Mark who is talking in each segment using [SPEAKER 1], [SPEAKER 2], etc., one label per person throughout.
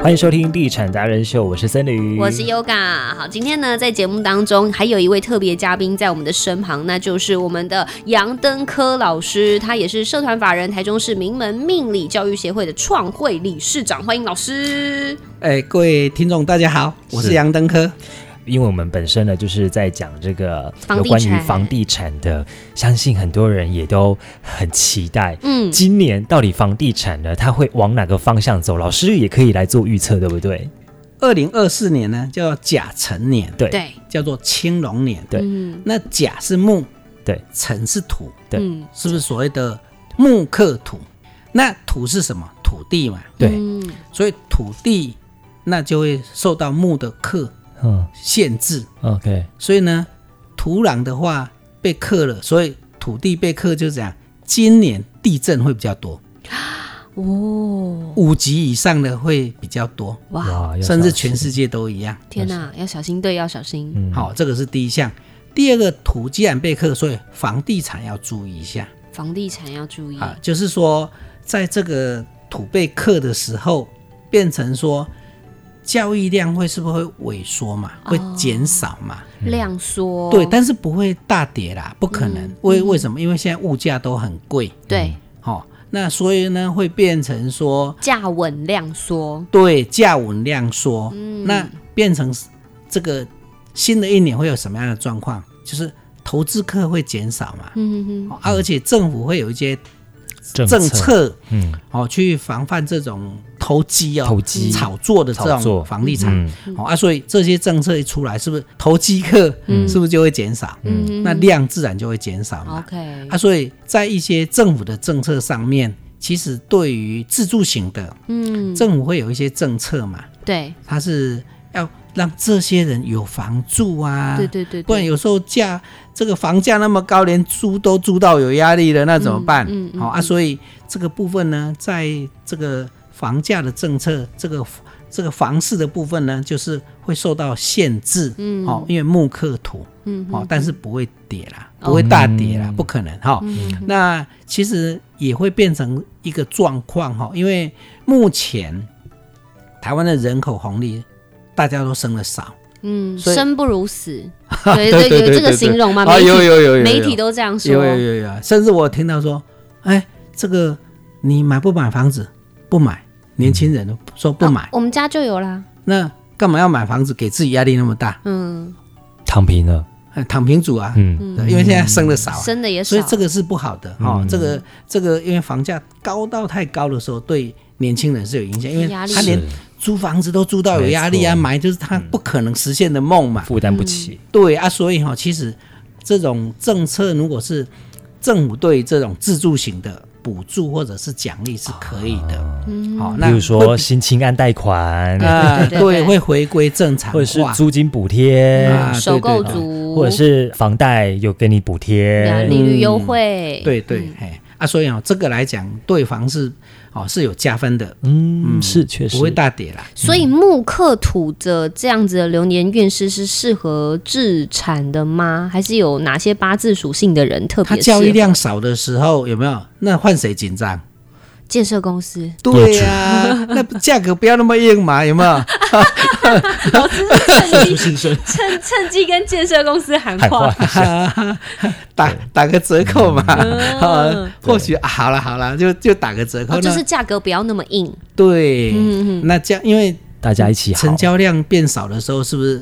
[SPEAKER 1] 欢迎收听《地产达人秀》，我是森林，
[SPEAKER 2] 我是 Yoga。好，今天呢，在节目当中还有一位特别嘉宾在我们的身旁，那就是我们的杨登科老师，他也是社团法人台中市名门命理教育协会的创会理事长，欢迎老师。
[SPEAKER 3] 哎、各位听众大家好，我
[SPEAKER 1] 是
[SPEAKER 3] 是杨登科。
[SPEAKER 1] 因为我们本身呢，就是在讲这个
[SPEAKER 2] 房
[SPEAKER 1] 有
[SPEAKER 2] 地
[SPEAKER 1] 关于
[SPEAKER 2] 产
[SPEAKER 1] 房地产的，相信很多人也都很期待。
[SPEAKER 2] 嗯，
[SPEAKER 1] 今年到底房地产呢，它会往哪个方向走？老师也可以来做预测，对不对？
[SPEAKER 3] 二零二四年呢叫甲辰年，
[SPEAKER 1] 对
[SPEAKER 2] 对，
[SPEAKER 3] 叫做青龙年。
[SPEAKER 1] 对
[SPEAKER 2] 嗯
[SPEAKER 3] 那甲是木，
[SPEAKER 1] 对，
[SPEAKER 3] 辰是土，
[SPEAKER 1] 对
[SPEAKER 2] 嗯
[SPEAKER 3] 是不是所谓的木克土？那土是什么？土地嘛，
[SPEAKER 1] 对，
[SPEAKER 2] 嗯
[SPEAKER 3] 所以土地那就会受到木的克
[SPEAKER 1] 嗯
[SPEAKER 3] 限制，
[SPEAKER 1] ，OK，
[SPEAKER 3] 所以呢，土壤的话被克了，所以土地被克就这样。今年地震会比较多，
[SPEAKER 2] 哦，
[SPEAKER 3] 五级以上的会比较多，
[SPEAKER 2] 哇，
[SPEAKER 1] 哎要
[SPEAKER 3] 甚至
[SPEAKER 1] 小心
[SPEAKER 3] 全世界都一样。
[SPEAKER 2] 天哪、要小心，对，要小心。
[SPEAKER 1] 嗯
[SPEAKER 3] 好、这个是第一项。第二个，土既然被克，所以房地产要注意一下
[SPEAKER 2] 房地产要注意。
[SPEAKER 3] 啊，就是说，在这个土被克的时候，变成说交易量会是不是会萎缩嘛，会
[SPEAKER 2] 哦
[SPEAKER 3] 减少嘛？
[SPEAKER 2] 量缩，
[SPEAKER 3] 对，但是不会大跌啦，不可能。
[SPEAKER 2] 哦嗯
[SPEAKER 3] 为为什么？因为现在物价都很贵，
[SPEAKER 2] 对
[SPEAKER 3] 哦，那所以呢，会变成说
[SPEAKER 2] 价稳量缩，
[SPEAKER 3] 对价稳量缩，
[SPEAKER 2] 嗯
[SPEAKER 3] 那变成这个新的一年会有什么样的状况？就是投资客会减少嘛，
[SPEAKER 2] 嗯哼哼，
[SPEAKER 3] 哦啊，而且政府会有一些
[SPEAKER 1] 政
[SPEAKER 3] 政策
[SPEAKER 1] 嗯
[SPEAKER 3] 哦，去防范这种投机哦、
[SPEAKER 1] 投机
[SPEAKER 3] 炒作的这
[SPEAKER 1] 炒作
[SPEAKER 3] 种房地产、
[SPEAKER 1] 嗯
[SPEAKER 3] 哦啊，所以这些政策一出来，是不是投机客
[SPEAKER 2] 嗯
[SPEAKER 3] 是不是就会减少？
[SPEAKER 2] 嗯
[SPEAKER 3] 那量自然就会减少嘛。
[SPEAKER 2] OK，
[SPEAKER 3] 啊，所以在一些政府的政策上面，其实对于自住型的
[SPEAKER 2] 嗯，
[SPEAKER 3] 政府会有一些政策嘛，
[SPEAKER 2] 对
[SPEAKER 3] 它是要让这些人有房住啊，
[SPEAKER 2] 对对对，
[SPEAKER 3] 不然有时候价这个房价那么高，连租都租到有压力了，那怎么办？好、
[SPEAKER 2] 嗯嗯嗯
[SPEAKER 3] 啊，所以这个部分呢，在这个房价的政策，这个这个房市的部分呢，就是会受到限制，
[SPEAKER 2] 嗯
[SPEAKER 3] 哦，因为木克土，
[SPEAKER 2] 嗯哼
[SPEAKER 3] 哦，但是不会跌啦，不会大跌啦，不可能哈、
[SPEAKER 2] 嗯
[SPEAKER 3] 那其实也会变成一个状况哈，因为目前台湾的人口红利，大家都生的少，
[SPEAKER 2] 嗯，
[SPEAKER 3] 所以
[SPEAKER 2] 生不如 死，对对有这个形容吗？
[SPEAKER 3] 啊
[SPEAKER 2] 媒
[SPEAKER 3] 有
[SPEAKER 2] 体
[SPEAKER 3] 有有有
[SPEAKER 2] 媒体都这样
[SPEAKER 3] 有有
[SPEAKER 2] 说，
[SPEAKER 3] 有有有，甚至我听到说，哎，这个你买不买房子？不买，年轻人说不买，
[SPEAKER 2] 啊我们家就有啦，
[SPEAKER 3] 那干嘛要买房子？给自己压力那么大，
[SPEAKER 2] 嗯，
[SPEAKER 1] 躺平了，
[SPEAKER 3] 哎躺平族啊，
[SPEAKER 1] 嗯，
[SPEAKER 3] 对因为现在生的少啊，
[SPEAKER 2] 嗯生的也少，
[SPEAKER 3] 所以这个是不好的哦。
[SPEAKER 1] 嗯
[SPEAKER 3] 这个这个，因为房价高到太高的时候，对年轻人是有影响，因为
[SPEAKER 2] 压力
[SPEAKER 3] 他连
[SPEAKER 1] 是
[SPEAKER 3] 租房子都租到有压力啊，
[SPEAKER 1] 没错嗯
[SPEAKER 3] 买就是他不可能实现的梦嘛。
[SPEAKER 1] 负担不起，
[SPEAKER 2] 嗯
[SPEAKER 3] 对啊，所以哈、其实这种政策如果是政府对这种自住型的补助或者是奖励是可以的，
[SPEAKER 2] 嗯
[SPEAKER 3] 好、那
[SPEAKER 1] 啊比如
[SPEAKER 3] 会
[SPEAKER 1] 说新青安贷款，
[SPEAKER 3] 啊，
[SPEAKER 2] 对对对
[SPEAKER 3] 对，会回归正常
[SPEAKER 1] 或者是
[SPEAKER 3] 化。
[SPEAKER 1] 租金补贴，
[SPEAKER 3] 啊对
[SPEAKER 2] 首
[SPEAKER 3] 对
[SPEAKER 2] 购
[SPEAKER 3] 对
[SPEAKER 2] 族
[SPEAKER 1] 或者是房贷有给你补
[SPEAKER 2] 对啊
[SPEAKER 1] 贴，
[SPEAKER 2] 利率优惠，嗯
[SPEAKER 3] 对对，哎、啊，所以哦，这个来讲对房是哦是有加分的，
[SPEAKER 1] 嗯，是确实
[SPEAKER 3] 不会大跌啦。
[SPEAKER 2] 所以木克土的这样子的流年运势是适合自产的吗？还是有哪些八字属性的人特
[SPEAKER 3] 它
[SPEAKER 2] 别适
[SPEAKER 3] 交易
[SPEAKER 2] 合？
[SPEAKER 3] 量少的时候有没有？那换谁紧张？
[SPEAKER 2] 建设公 司，
[SPEAKER 3] 对呀、那价格不要那么硬嘛，有没有？
[SPEAKER 2] 趁机趁趁机跟建设公司喊
[SPEAKER 1] 喊话
[SPEAKER 2] 话，哦
[SPEAKER 1] 一下，
[SPEAKER 3] 打打个折扣嘛， 啊，
[SPEAKER 1] 嗯对
[SPEAKER 3] 或许、啊好了好了，就就打个折扣。
[SPEAKER 2] 哦
[SPEAKER 3] 那
[SPEAKER 2] 就是价格不要那么硬，
[SPEAKER 3] 对，
[SPEAKER 2] 嗯
[SPEAKER 3] 那这样因为
[SPEAKER 1] 大家一起好
[SPEAKER 3] 成，交量变少的时候，是不是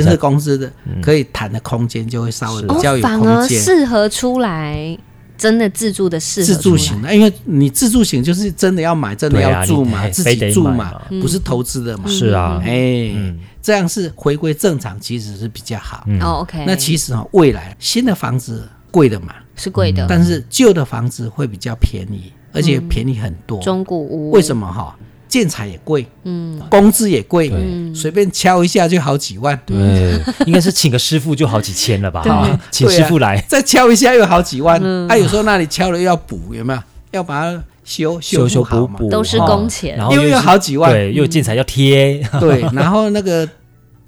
[SPEAKER 1] 大家
[SPEAKER 3] 设公司的可以谈的空间就会稍
[SPEAKER 1] 嗯
[SPEAKER 3] 微
[SPEAKER 1] 是
[SPEAKER 3] 比较
[SPEAKER 2] 哦，
[SPEAKER 3] 有
[SPEAKER 2] 反
[SPEAKER 3] 空
[SPEAKER 2] 而
[SPEAKER 3] 间？
[SPEAKER 2] 适合出来，真的自助的适合
[SPEAKER 3] 自
[SPEAKER 2] 出
[SPEAKER 3] 住
[SPEAKER 2] 来
[SPEAKER 3] 型的，因为你自住型就是真的要买，真的
[SPEAKER 1] 对啊
[SPEAKER 3] 要住
[SPEAKER 1] 你
[SPEAKER 3] 嘛，
[SPEAKER 1] 哎
[SPEAKER 3] 自
[SPEAKER 1] 非得
[SPEAKER 3] 己住
[SPEAKER 1] 买嗯
[SPEAKER 3] 嘛，不是投资的嘛。
[SPEAKER 1] 是啊，
[SPEAKER 3] 哎，
[SPEAKER 1] 嗯
[SPEAKER 3] 这样是回归正常，其实是比较好。
[SPEAKER 1] 嗯
[SPEAKER 2] 哦，OK，
[SPEAKER 3] 那其实啊、哦，未来新的房子贵的嘛，
[SPEAKER 2] 是贵的，
[SPEAKER 3] 嗯但是旧的房子会比较便宜，而且便宜很多。
[SPEAKER 2] 嗯中古屋
[SPEAKER 3] 为什
[SPEAKER 2] 么？
[SPEAKER 3] 么哈、建材也贵，
[SPEAKER 2] 嗯，
[SPEAKER 3] 工资也贵
[SPEAKER 1] 对，
[SPEAKER 3] 随便敲一下就好几万，
[SPEAKER 1] 对， 应该是请个师傅就好几千了吧？
[SPEAKER 2] 对
[SPEAKER 1] 哈，请
[SPEAKER 3] 对
[SPEAKER 1] 师
[SPEAKER 3] 啊
[SPEAKER 1] 傅来
[SPEAKER 3] 再敲一下又好几万。
[SPEAKER 2] 嗯
[SPEAKER 3] 啊，有时候那里敲了又要补，有没有？要把它修
[SPEAKER 1] 修修
[SPEAKER 3] 修
[SPEAKER 1] 补
[SPEAKER 3] 补嘛
[SPEAKER 1] 补，
[SPEAKER 2] 都是
[SPEAKER 1] 哈
[SPEAKER 2] 工钱
[SPEAKER 1] 然后
[SPEAKER 3] 因为
[SPEAKER 1] 又
[SPEAKER 3] 有
[SPEAKER 1] 是
[SPEAKER 3] 好几万
[SPEAKER 1] 对，又有建材要贴，
[SPEAKER 3] 对，然后那个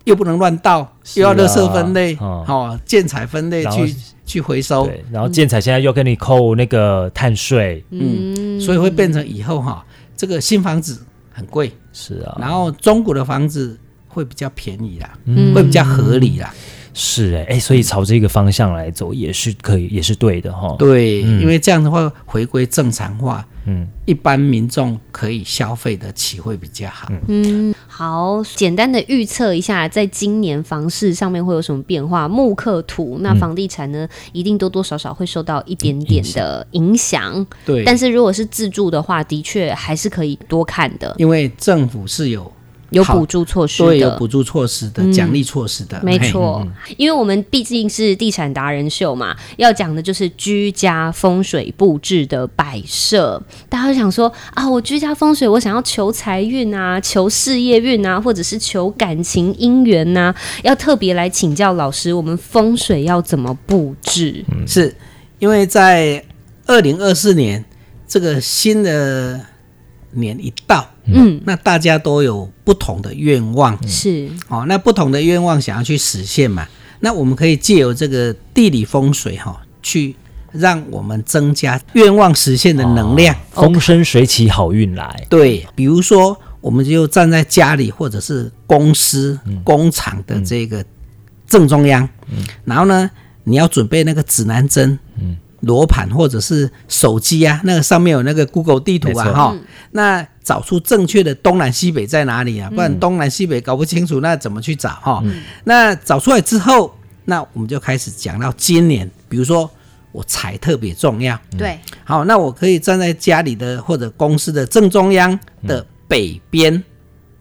[SPEAKER 3] 又不能乱 倒，又要
[SPEAKER 1] 是啊
[SPEAKER 3] 垃圾分类，
[SPEAKER 1] 哦
[SPEAKER 3] 哦，建材分类
[SPEAKER 1] 然后
[SPEAKER 3] 去去回 收，
[SPEAKER 1] 对，然后建材现在又跟你扣那个碳税，
[SPEAKER 3] 嗯
[SPEAKER 2] 嗯
[SPEAKER 3] 嗯所以会变成以后哈、这个新房子。很贵，
[SPEAKER 1] 是啊，
[SPEAKER 3] 然后中古的房子会比较便宜啦，
[SPEAKER 2] 嗯
[SPEAKER 3] 会比较合理啦。
[SPEAKER 1] 是哎、哎，所以朝这个方向来走也是可以，也是对的
[SPEAKER 2] 嗯
[SPEAKER 1] 哈。，
[SPEAKER 3] 对，因为这样的话回归正常化，
[SPEAKER 1] 嗯，
[SPEAKER 3] 一般民众可以消费得起会比较好。
[SPEAKER 2] 嗯，好，简单的预测一下，在今年房市上面会有什么变化？木刻图，那
[SPEAKER 3] 嗯
[SPEAKER 2] 房地产呢，一定多多少少会受到一点点的影响。
[SPEAKER 3] 嗯对，
[SPEAKER 2] 但是如果是自住的话，的确还是可以多看的，
[SPEAKER 3] 因为政府是有
[SPEAKER 2] 有
[SPEAKER 3] 好
[SPEAKER 2] 补助措施
[SPEAKER 3] 对有
[SPEAKER 2] 的。
[SPEAKER 3] 补助措施的、
[SPEAKER 2] 嗯
[SPEAKER 3] 奖励措施的，嗯
[SPEAKER 2] 没
[SPEAKER 3] 嘿。
[SPEAKER 2] 错，因为我们毕竟是地产达人秀嘛，要讲的就是居家风水布置的摆设。大家会想说啊，我居家风水，我想要求财运啊，求事业运啊，或者是求感情姻缘呐、要特别来请教老师，我们风水要怎么布置？
[SPEAKER 3] 是因为在二零二四年这个新的年一到，
[SPEAKER 2] 嗯，
[SPEAKER 3] 那大家都有不同的愿望，
[SPEAKER 2] 是，
[SPEAKER 3] 哦，那不同的愿望想要去实现嘛，那我们可以借由这个地理风水哈、去让我们增加愿望实现的能量。
[SPEAKER 1] 风生水起，好运来。
[SPEAKER 3] 对，比如说，我们就站在家里或者是公司、
[SPEAKER 1] 嗯
[SPEAKER 3] 工厂的这个正中央，然后呢，你要准备那个指南针、
[SPEAKER 1] 嗯
[SPEAKER 3] 罗盘或者是手机啊，那个上面有那个 Google 地图啊，
[SPEAKER 1] 没错
[SPEAKER 3] 哈，那找出正确的东南西北在哪里
[SPEAKER 1] 嗯
[SPEAKER 3] 啊，不然东南西北搞不清楚，那怎么去找哈？那找出来之后，那我们就开始讲到今年，比如说我财特别重要，
[SPEAKER 2] 对，
[SPEAKER 3] 好，那我可以站在家里的或者公司的正中央的北边，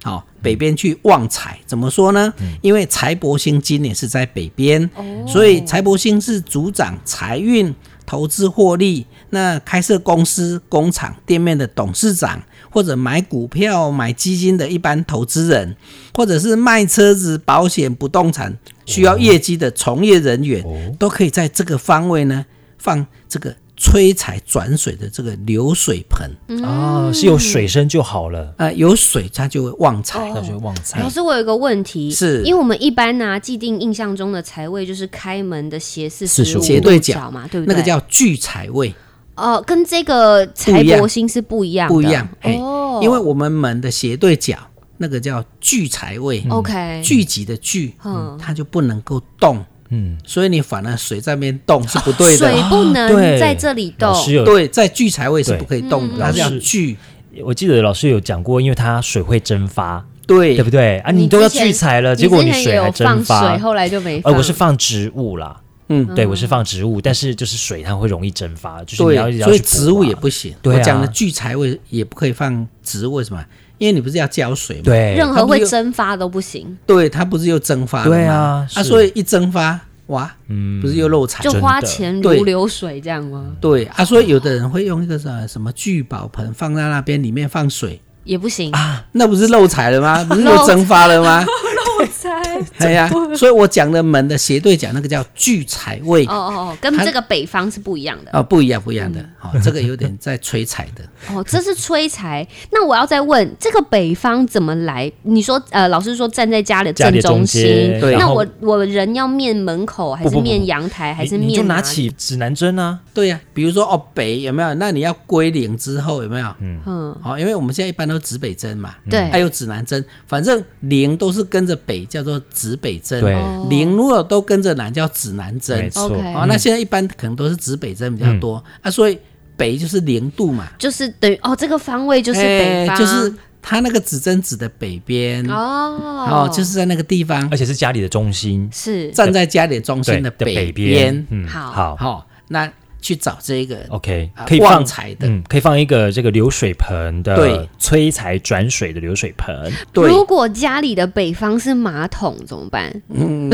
[SPEAKER 3] 好、北边去旺财。怎么说呢？因为财帛星今年是在北边，
[SPEAKER 2] 哦
[SPEAKER 3] 所以财帛星是主掌财运、投资获利。那开设公司、工厂、店面的董事长，或者买股票、买基金的一般投资人，或者是卖车子、保险、不动产需要业绩的从业人员，都可以在这个方位呢放这个催财转水的这个流水盆。
[SPEAKER 2] 嗯
[SPEAKER 1] 啊，是有水声就好了，
[SPEAKER 3] 啊，有水它就会旺
[SPEAKER 2] 哦
[SPEAKER 3] 财。
[SPEAKER 1] 那就旺财
[SPEAKER 2] 老。师，我有一个问题，
[SPEAKER 3] 是
[SPEAKER 2] 因为我们一般呢、啊既定印象中的财位就是开门的斜四十
[SPEAKER 1] 45
[SPEAKER 2] 五
[SPEAKER 3] 斜对角
[SPEAKER 2] 嘛，对不对？
[SPEAKER 3] 那个叫聚财位，
[SPEAKER 2] 呃，跟这个财帛星是不一样的，
[SPEAKER 3] 不一样，嘿，
[SPEAKER 1] 哎
[SPEAKER 2] 哦，
[SPEAKER 3] 因为我们门的斜对角那个叫聚财位，
[SPEAKER 2] 嗯
[SPEAKER 1] 嗯
[SPEAKER 2] 哦 OK
[SPEAKER 3] 聚集的聚，
[SPEAKER 2] 嗯
[SPEAKER 3] 它就不能够动，
[SPEAKER 1] 嗯，
[SPEAKER 3] 所以你反而水在那边动是不对
[SPEAKER 2] 水
[SPEAKER 3] 的，
[SPEAKER 2] 不能
[SPEAKER 1] 对
[SPEAKER 2] 在这里动
[SPEAKER 1] 老，师有，
[SPEAKER 3] 对，在聚财位是不可以动的，
[SPEAKER 2] 嗯
[SPEAKER 1] 对
[SPEAKER 3] 它叫
[SPEAKER 1] 老师
[SPEAKER 3] 聚，
[SPEAKER 1] 我记得老师有讲过，因为它水会蒸发，
[SPEAKER 3] 对
[SPEAKER 1] 对不对？啊，
[SPEAKER 2] 你
[SPEAKER 1] 你都要
[SPEAKER 2] 之前
[SPEAKER 1] 聚财了，结果
[SPEAKER 2] 你
[SPEAKER 1] 你
[SPEAKER 2] 之前也
[SPEAKER 1] 水还
[SPEAKER 2] 有放
[SPEAKER 1] 蒸发
[SPEAKER 2] 水，。后来就没
[SPEAKER 1] 呃，
[SPEAKER 2] 放。
[SPEAKER 1] 我是放植物啦，
[SPEAKER 3] 嗯，
[SPEAKER 1] 对，我是放植物，但是就是水它会容易蒸发，就是你要
[SPEAKER 3] 对，所以植物也，
[SPEAKER 1] 要去
[SPEAKER 3] 不行。
[SPEAKER 1] 对啊
[SPEAKER 3] 我讲的聚财位也不可以放植物，为什么？因为你不是要浇水吗？
[SPEAKER 1] 补啊对，
[SPEAKER 2] 任何会蒸发都不行，
[SPEAKER 3] 对，它不是又蒸发了吗
[SPEAKER 1] 对啊
[SPEAKER 3] 啊，
[SPEAKER 1] 是
[SPEAKER 3] 所以一蒸发，哇，嗯，不是又漏财
[SPEAKER 2] 就
[SPEAKER 1] 啊真的
[SPEAKER 2] 花钱如流水这样吗？
[SPEAKER 3] 对啊，所以有的人会用一个什么什么聚宝盆放在那边，里面放水，啊
[SPEAKER 2] 也不行，
[SPEAKER 1] 啊
[SPEAKER 3] 那不是漏财了吗？不是又蒸发了吗？
[SPEAKER 2] 漏财。
[SPEAKER 3] 哎呀，所以我讲的门的斜对角那个叫聚财位
[SPEAKER 2] 哦
[SPEAKER 3] 啊、
[SPEAKER 2] 哦哦，跟这个北方是不一样的
[SPEAKER 3] 不一样不一样的，好、这个有点在催财的。
[SPEAKER 2] 哦，这是催财。那我要再问，这个北方怎么来？你说呃，老师说站在家里
[SPEAKER 1] 家
[SPEAKER 2] 正
[SPEAKER 1] 里中
[SPEAKER 2] 心，
[SPEAKER 1] 间，
[SPEAKER 3] 对
[SPEAKER 1] 然
[SPEAKER 2] 那
[SPEAKER 1] 后
[SPEAKER 2] 我我人要面门口还
[SPEAKER 1] 不
[SPEAKER 2] 是
[SPEAKER 1] 不不
[SPEAKER 2] 面阳台还是
[SPEAKER 1] 你
[SPEAKER 2] 面啊
[SPEAKER 1] 你就
[SPEAKER 2] 哪
[SPEAKER 1] 拿
[SPEAKER 2] 里
[SPEAKER 1] 起指南针啊，
[SPEAKER 3] 对呀、比如说哦北有没有？那你要归零之后有没有？嗯，哎
[SPEAKER 2] 嗯，
[SPEAKER 3] 好、因为我们现在一般都指北针嘛，
[SPEAKER 2] 对
[SPEAKER 3] 还有指南针，反正零都是跟着北，叫做指北针。
[SPEAKER 1] 对
[SPEAKER 2] 哦
[SPEAKER 3] 零如果都跟着南叫指南针
[SPEAKER 1] 没。错嗯
[SPEAKER 2] OK
[SPEAKER 3] 哦，那现在一般可能都是指北针比较多、啊，所以北就是零度嘛，
[SPEAKER 2] 就是等于哦，这个方位就是
[SPEAKER 3] 哎
[SPEAKER 2] 北方，
[SPEAKER 3] 就是它那个指针指的北边，哦，
[SPEAKER 2] 哦，
[SPEAKER 3] 就是在那个地方
[SPEAKER 1] 而且是家里的中心，
[SPEAKER 2] 是
[SPEAKER 3] 站在家里中
[SPEAKER 1] 对
[SPEAKER 3] 心的
[SPEAKER 1] 的
[SPEAKER 3] 北
[SPEAKER 1] 边
[SPEAKER 3] 边，，
[SPEAKER 1] 嗯，哦
[SPEAKER 2] 好
[SPEAKER 1] 好，
[SPEAKER 3] 好、那去找这个
[SPEAKER 1] OK，
[SPEAKER 3] 啊
[SPEAKER 1] 可以
[SPEAKER 3] 旺
[SPEAKER 1] 放
[SPEAKER 3] 财的
[SPEAKER 1] 嗯，可以放一个这个流水盆的，
[SPEAKER 3] 对，
[SPEAKER 1] 催财转水的流水盆，
[SPEAKER 3] 对，
[SPEAKER 2] 如果家里的北方是马桶怎么 办？
[SPEAKER 3] 嗯，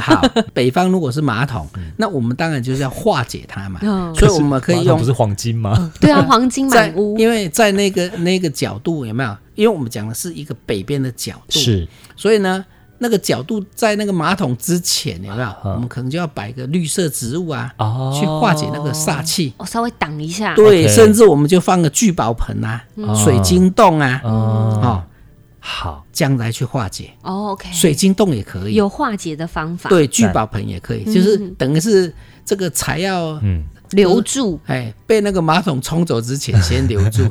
[SPEAKER 3] 好，北方如果是马桶，
[SPEAKER 1] 嗯
[SPEAKER 3] 那我们当然就是要化解它嘛，
[SPEAKER 2] 嗯
[SPEAKER 3] 所以我们可以
[SPEAKER 1] 马桶
[SPEAKER 3] 用
[SPEAKER 1] 不是黄金吗？
[SPEAKER 2] 对啊，黄金
[SPEAKER 3] 在
[SPEAKER 2] 满，屋，
[SPEAKER 3] 因为在那个那个角度有没有？因为我们讲的是一个北边的角度，
[SPEAKER 1] 是
[SPEAKER 3] 所以呢，那个角度在那个马桶之前有没有？我们可能就要摆个绿色植物啊，
[SPEAKER 1] 啊哦
[SPEAKER 3] 去化解那个煞气。
[SPEAKER 2] 我哦稍微挡一下。
[SPEAKER 3] 对，
[SPEAKER 1] OK
[SPEAKER 3] 甚至我们就放个聚宝盆啊、
[SPEAKER 2] 嗯
[SPEAKER 3] 水晶洞啊，
[SPEAKER 1] 哦，
[SPEAKER 3] 哦，
[SPEAKER 1] 好，
[SPEAKER 3] 这样来去化解。
[SPEAKER 2] 哦，OK，
[SPEAKER 3] 水晶洞也可以，
[SPEAKER 2] 有化解的方法。嗯
[SPEAKER 3] 对，聚宝盆也可以，就是等于是这个财要
[SPEAKER 1] 嗯
[SPEAKER 2] 留 住，
[SPEAKER 3] 哎，被那个马桶冲走之前先留 住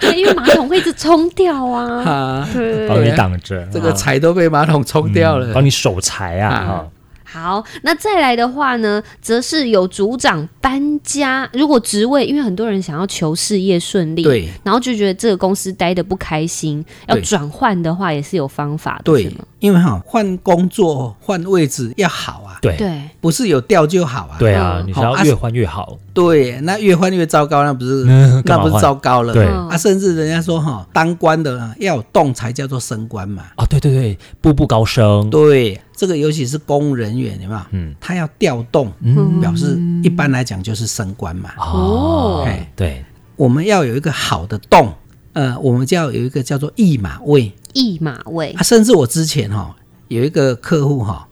[SPEAKER 2] 对，因为马桶会一直冲掉啊。
[SPEAKER 3] 啊，
[SPEAKER 2] 对，
[SPEAKER 1] 帮你挡着
[SPEAKER 3] 这个
[SPEAKER 1] 啊
[SPEAKER 3] 柴都被马桶冲掉
[SPEAKER 1] 嗯
[SPEAKER 3] 了
[SPEAKER 1] 帮。你守财啊
[SPEAKER 3] 啊
[SPEAKER 1] 啊！
[SPEAKER 2] 好，那再来的话呢，则是有组长搬家。如果职位，因为很多人想要求事业顺利，，
[SPEAKER 3] 对
[SPEAKER 2] 然后就觉得这个公司待的不开心，要
[SPEAKER 3] 对
[SPEAKER 2] 转换的话也是有方法的，是
[SPEAKER 3] 对
[SPEAKER 2] 吗？，
[SPEAKER 3] 因为哈换工作换位置要好啊，
[SPEAKER 1] 对
[SPEAKER 2] 对，
[SPEAKER 3] 不是有调就好啊。
[SPEAKER 1] 对啊，
[SPEAKER 2] 嗯
[SPEAKER 1] 你是要
[SPEAKER 3] 好啊
[SPEAKER 1] 越换越好，
[SPEAKER 3] 对，那越换越糟糕，那不是
[SPEAKER 1] 嗯干嘛
[SPEAKER 3] 那不是
[SPEAKER 1] 换
[SPEAKER 3] 糟糕了？
[SPEAKER 1] 对
[SPEAKER 2] 嗯
[SPEAKER 3] 啊，甚至人家说哈，当官的啊要有动才叫做升官嘛。
[SPEAKER 1] 啊，对对对，步步高升，
[SPEAKER 3] 对，这个尤其是公务人员，有没有？
[SPEAKER 1] 嗯
[SPEAKER 3] 他要调动，
[SPEAKER 2] 嗯
[SPEAKER 3] 表示一般来讲就是升官嘛。
[SPEAKER 2] 哦
[SPEAKER 1] 哦，对，
[SPEAKER 3] 我们要有一个好的动，呃，我们就要有一个叫做驿马位
[SPEAKER 2] 一马位
[SPEAKER 3] 啊。甚至我之前哈、有一个客户哈、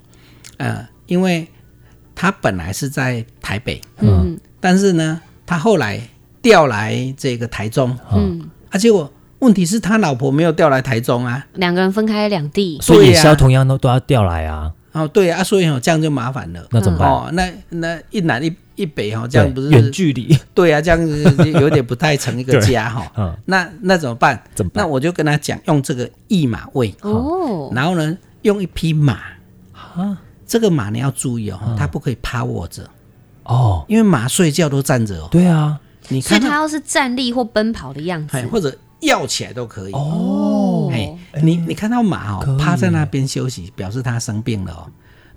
[SPEAKER 3] 呃，因为他本来是在台北，
[SPEAKER 2] 嗯
[SPEAKER 3] 但是呢，他后来调来这个台中，
[SPEAKER 2] 嗯，
[SPEAKER 3] 啊，结果问题是他老婆没有调来台中啊。
[SPEAKER 2] 两个人分开两地，
[SPEAKER 1] 所以也
[SPEAKER 3] 对啊
[SPEAKER 1] 是要同样都都要调来啊，
[SPEAKER 3] 哦，对啊，所以哦，这样就麻烦了。
[SPEAKER 1] 那怎么办？
[SPEAKER 3] 哦，那那一南一一北哈、哦，这样
[SPEAKER 1] 对
[SPEAKER 3] 不是
[SPEAKER 1] 远距 离？
[SPEAKER 3] 对啊，这样子有点不太成一个家 哈、
[SPEAKER 1] 嗯，
[SPEAKER 3] 那那怎么办？
[SPEAKER 1] 怎么
[SPEAKER 3] 那
[SPEAKER 1] 办？
[SPEAKER 3] 我就跟他讲，用这个驿马位，
[SPEAKER 2] 哦，
[SPEAKER 3] 然后呢，用一匹马。
[SPEAKER 1] 啊，
[SPEAKER 3] 这个马你要注意哦，
[SPEAKER 1] 嗯
[SPEAKER 3] 它不可以趴卧着，
[SPEAKER 1] 哦，
[SPEAKER 3] 因为马睡觉都站着哦。
[SPEAKER 1] 对啊，
[SPEAKER 3] 你
[SPEAKER 2] 所以
[SPEAKER 3] 看
[SPEAKER 2] 他
[SPEAKER 3] 它，
[SPEAKER 2] 要是站立或奔跑的样子
[SPEAKER 3] 哎，，或者要起来都可以。
[SPEAKER 1] 哦，
[SPEAKER 3] 哎，你你看到马
[SPEAKER 1] 可以
[SPEAKER 3] 哦，趴在那边休息，表示它生病了哦。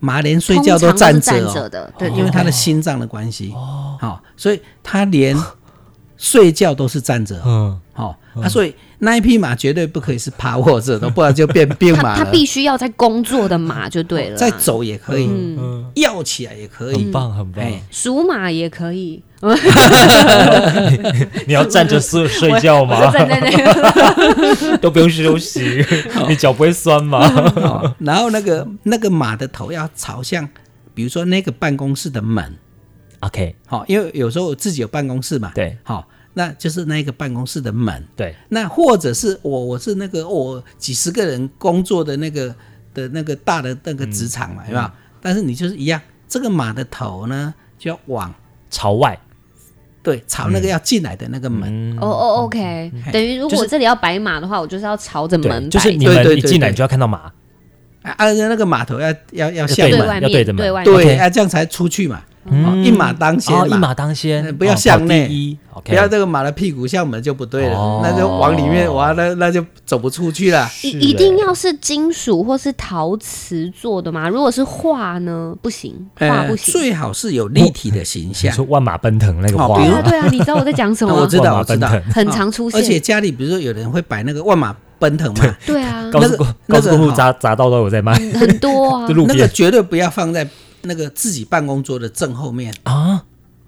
[SPEAKER 3] 马连睡
[SPEAKER 2] 通
[SPEAKER 3] 觉
[SPEAKER 2] 常
[SPEAKER 3] 都
[SPEAKER 2] 都
[SPEAKER 3] 站
[SPEAKER 2] 是
[SPEAKER 3] 着
[SPEAKER 2] 站
[SPEAKER 3] 哦
[SPEAKER 2] 着，的，对，
[SPEAKER 3] 因为
[SPEAKER 2] 对
[SPEAKER 3] 他的心脏的关系，哦，好、所以他连睡觉都是站着，
[SPEAKER 1] 嗯，
[SPEAKER 3] 好、哦，啊，所以那一匹马绝对不可以是趴卧 着的，不然就变病
[SPEAKER 2] 他
[SPEAKER 3] 马
[SPEAKER 2] 他
[SPEAKER 3] 了。
[SPEAKER 2] 必须要在工作的马就对了啦，
[SPEAKER 3] 再走也可以，
[SPEAKER 1] 嗯，
[SPEAKER 3] 要起来也可以
[SPEAKER 1] 很，棒，很棒，
[SPEAKER 3] 哎
[SPEAKER 2] 属马也可以，
[SPEAKER 1] 你要站着 睡睡觉
[SPEAKER 2] 我
[SPEAKER 3] 哦
[SPEAKER 2] 就
[SPEAKER 1] 吗？
[SPEAKER 2] 站 在那个
[SPEAKER 1] 都不用休息，你脚不会酸吗？
[SPEAKER 3] 哦，然后那个那个马的头要朝向，比如说那个办公室的门，
[SPEAKER 1] ？OK，
[SPEAKER 3] 好、因为有时候我自己有办公室嘛，，
[SPEAKER 1] 对
[SPEAKER 3] 好、那就是那个办公室的门，
[SPEAKER 1] 对，
[SPEAKER 3] 那或者是我我是那个我几十个人工作的那个的那个大的那个职场
[SPEAKER 1] 嗯
[SPEAKER 3] 嘛，对吧？但是你就是一样，这个马的头呢就要往
[SPEAKER 1] 朝外，
[SPEAKER 3] 对朝那个要进来的那个门，
[SPEAKER 1] 嗯
[SPEAKER 2] 哦，哦，OK，等于如果
[SPEAKER 1] 就
[SPEAKER 2] 我
[SPEAKER 1] 是
[SPEAKER 2] 这里要摆马的话，我就是要朝着门摆，
[SPEAKER 1] 对，就是你
[SPEAKER 3] 对对
[SPEAKER 1] 们
[SPEAKER 3] 对
[SPEAKER 1] 一进来
[SPEAKER 3] 对
[SPEAKER 1] 就要看到马，
[SPEAKER 3] 啊，啊那个码头要要要向
[SPEAKER 1] 对
[SPEAKER 2] 对
[SPEAKER 1] 门
[SPEAKER 3] 门，
[SPEAKER 2] 外
[SPEAKER 1] 要
[SPEAKER 2] 面，
[SPEAKER 1] 对着门
[SPEAKER 2] 外面，
[SPEAKER 3] 对
[SPEAKER 1] OK
[SPEAKER 3] 啊，这样才出去嘛，哦
[SPEAKER 1] 嗯
[SPEAKER 3] 一马当先
[SPEAKER 1] 哦，一
[SPEAKER 3] 嘛。
[SPEAKER 1] 马当先，
[SPEAKER 3] 嗯不要
[SPEAKER 1] 哦
[SPEAKER 3] 向
[SPEAKER 1] 跑
[SPEAKER 3] 内
[SPEAKER 1] 第一，OK，
[SPEAKER 3] 不要这个马的屁股向门就不对了，
[SPEAKER 1] 哦
[SPEAKER 3] 那就往里面哇，那那就走不出去了。
[SPEAKER 1] 是
[SPEAKER 2] 一一定
[SPEAKER 1] 欸
[SPEAKER 2] 要是金属或是陶瓷做的吗？如果是画呢，不行，画不
[SPEAKER 3] 呃
[SPEAKER 2] 行。
[SPEAKER 3] 最好是有立体的形
[SPEAKER 1] 你
[SPEAKER 3] 象。
[SPEAKER 1] 说万马奔腾那个
[SPEAKER 3] 哦
[SPEAKER 1] 画
[SPEAKER 3] 比
[SPEAKER 2] 对
[SPEAKER 3] 如
[SPEAKER 1] 吗
[SPEAKER 2] 啊，对啊，你知道我在讲什么
[SPEAKER 3] 那我
[SPEAKER 2] 吗
[SPEAKER 3] 知？道，
[SPEAKER 1] 万马
[SPEAKER 3] 我知
[SPEAKER 1] 奔
[SPEAKER 3] 道啊
[SPEAKER 1] 腾。
[SPEAKER 2] 很常出现，
[SPEAKER 3] 而且家里比如说有人会摆那个万马奔腾嘛，
[SPEAKER 2] 对啊，
[SPEAKER 1] 高
[SPEAKER 3] 那
[SPEAKER 1] 速
[SPEAKER 3] 个
[SPEAKER 1] 公高
[SPEAKER 3] 那
[SPEAKER 1] 速
[SPEAKER 3] 个
[SPEAKER 1] 公路
[SPEAKER 3] 哈
[SPEAKER 1] 匝匝道都有在卖，
[SPEAKER 2] 很多啊
[SPEAKER 1] 就。路
[SPEAKER 3] 那个
[SPEAKER 1] 边
[SPEAKER 3] 绝对不要放在那个自己办公桌的正后面，
[SPEAKER 1] 啊，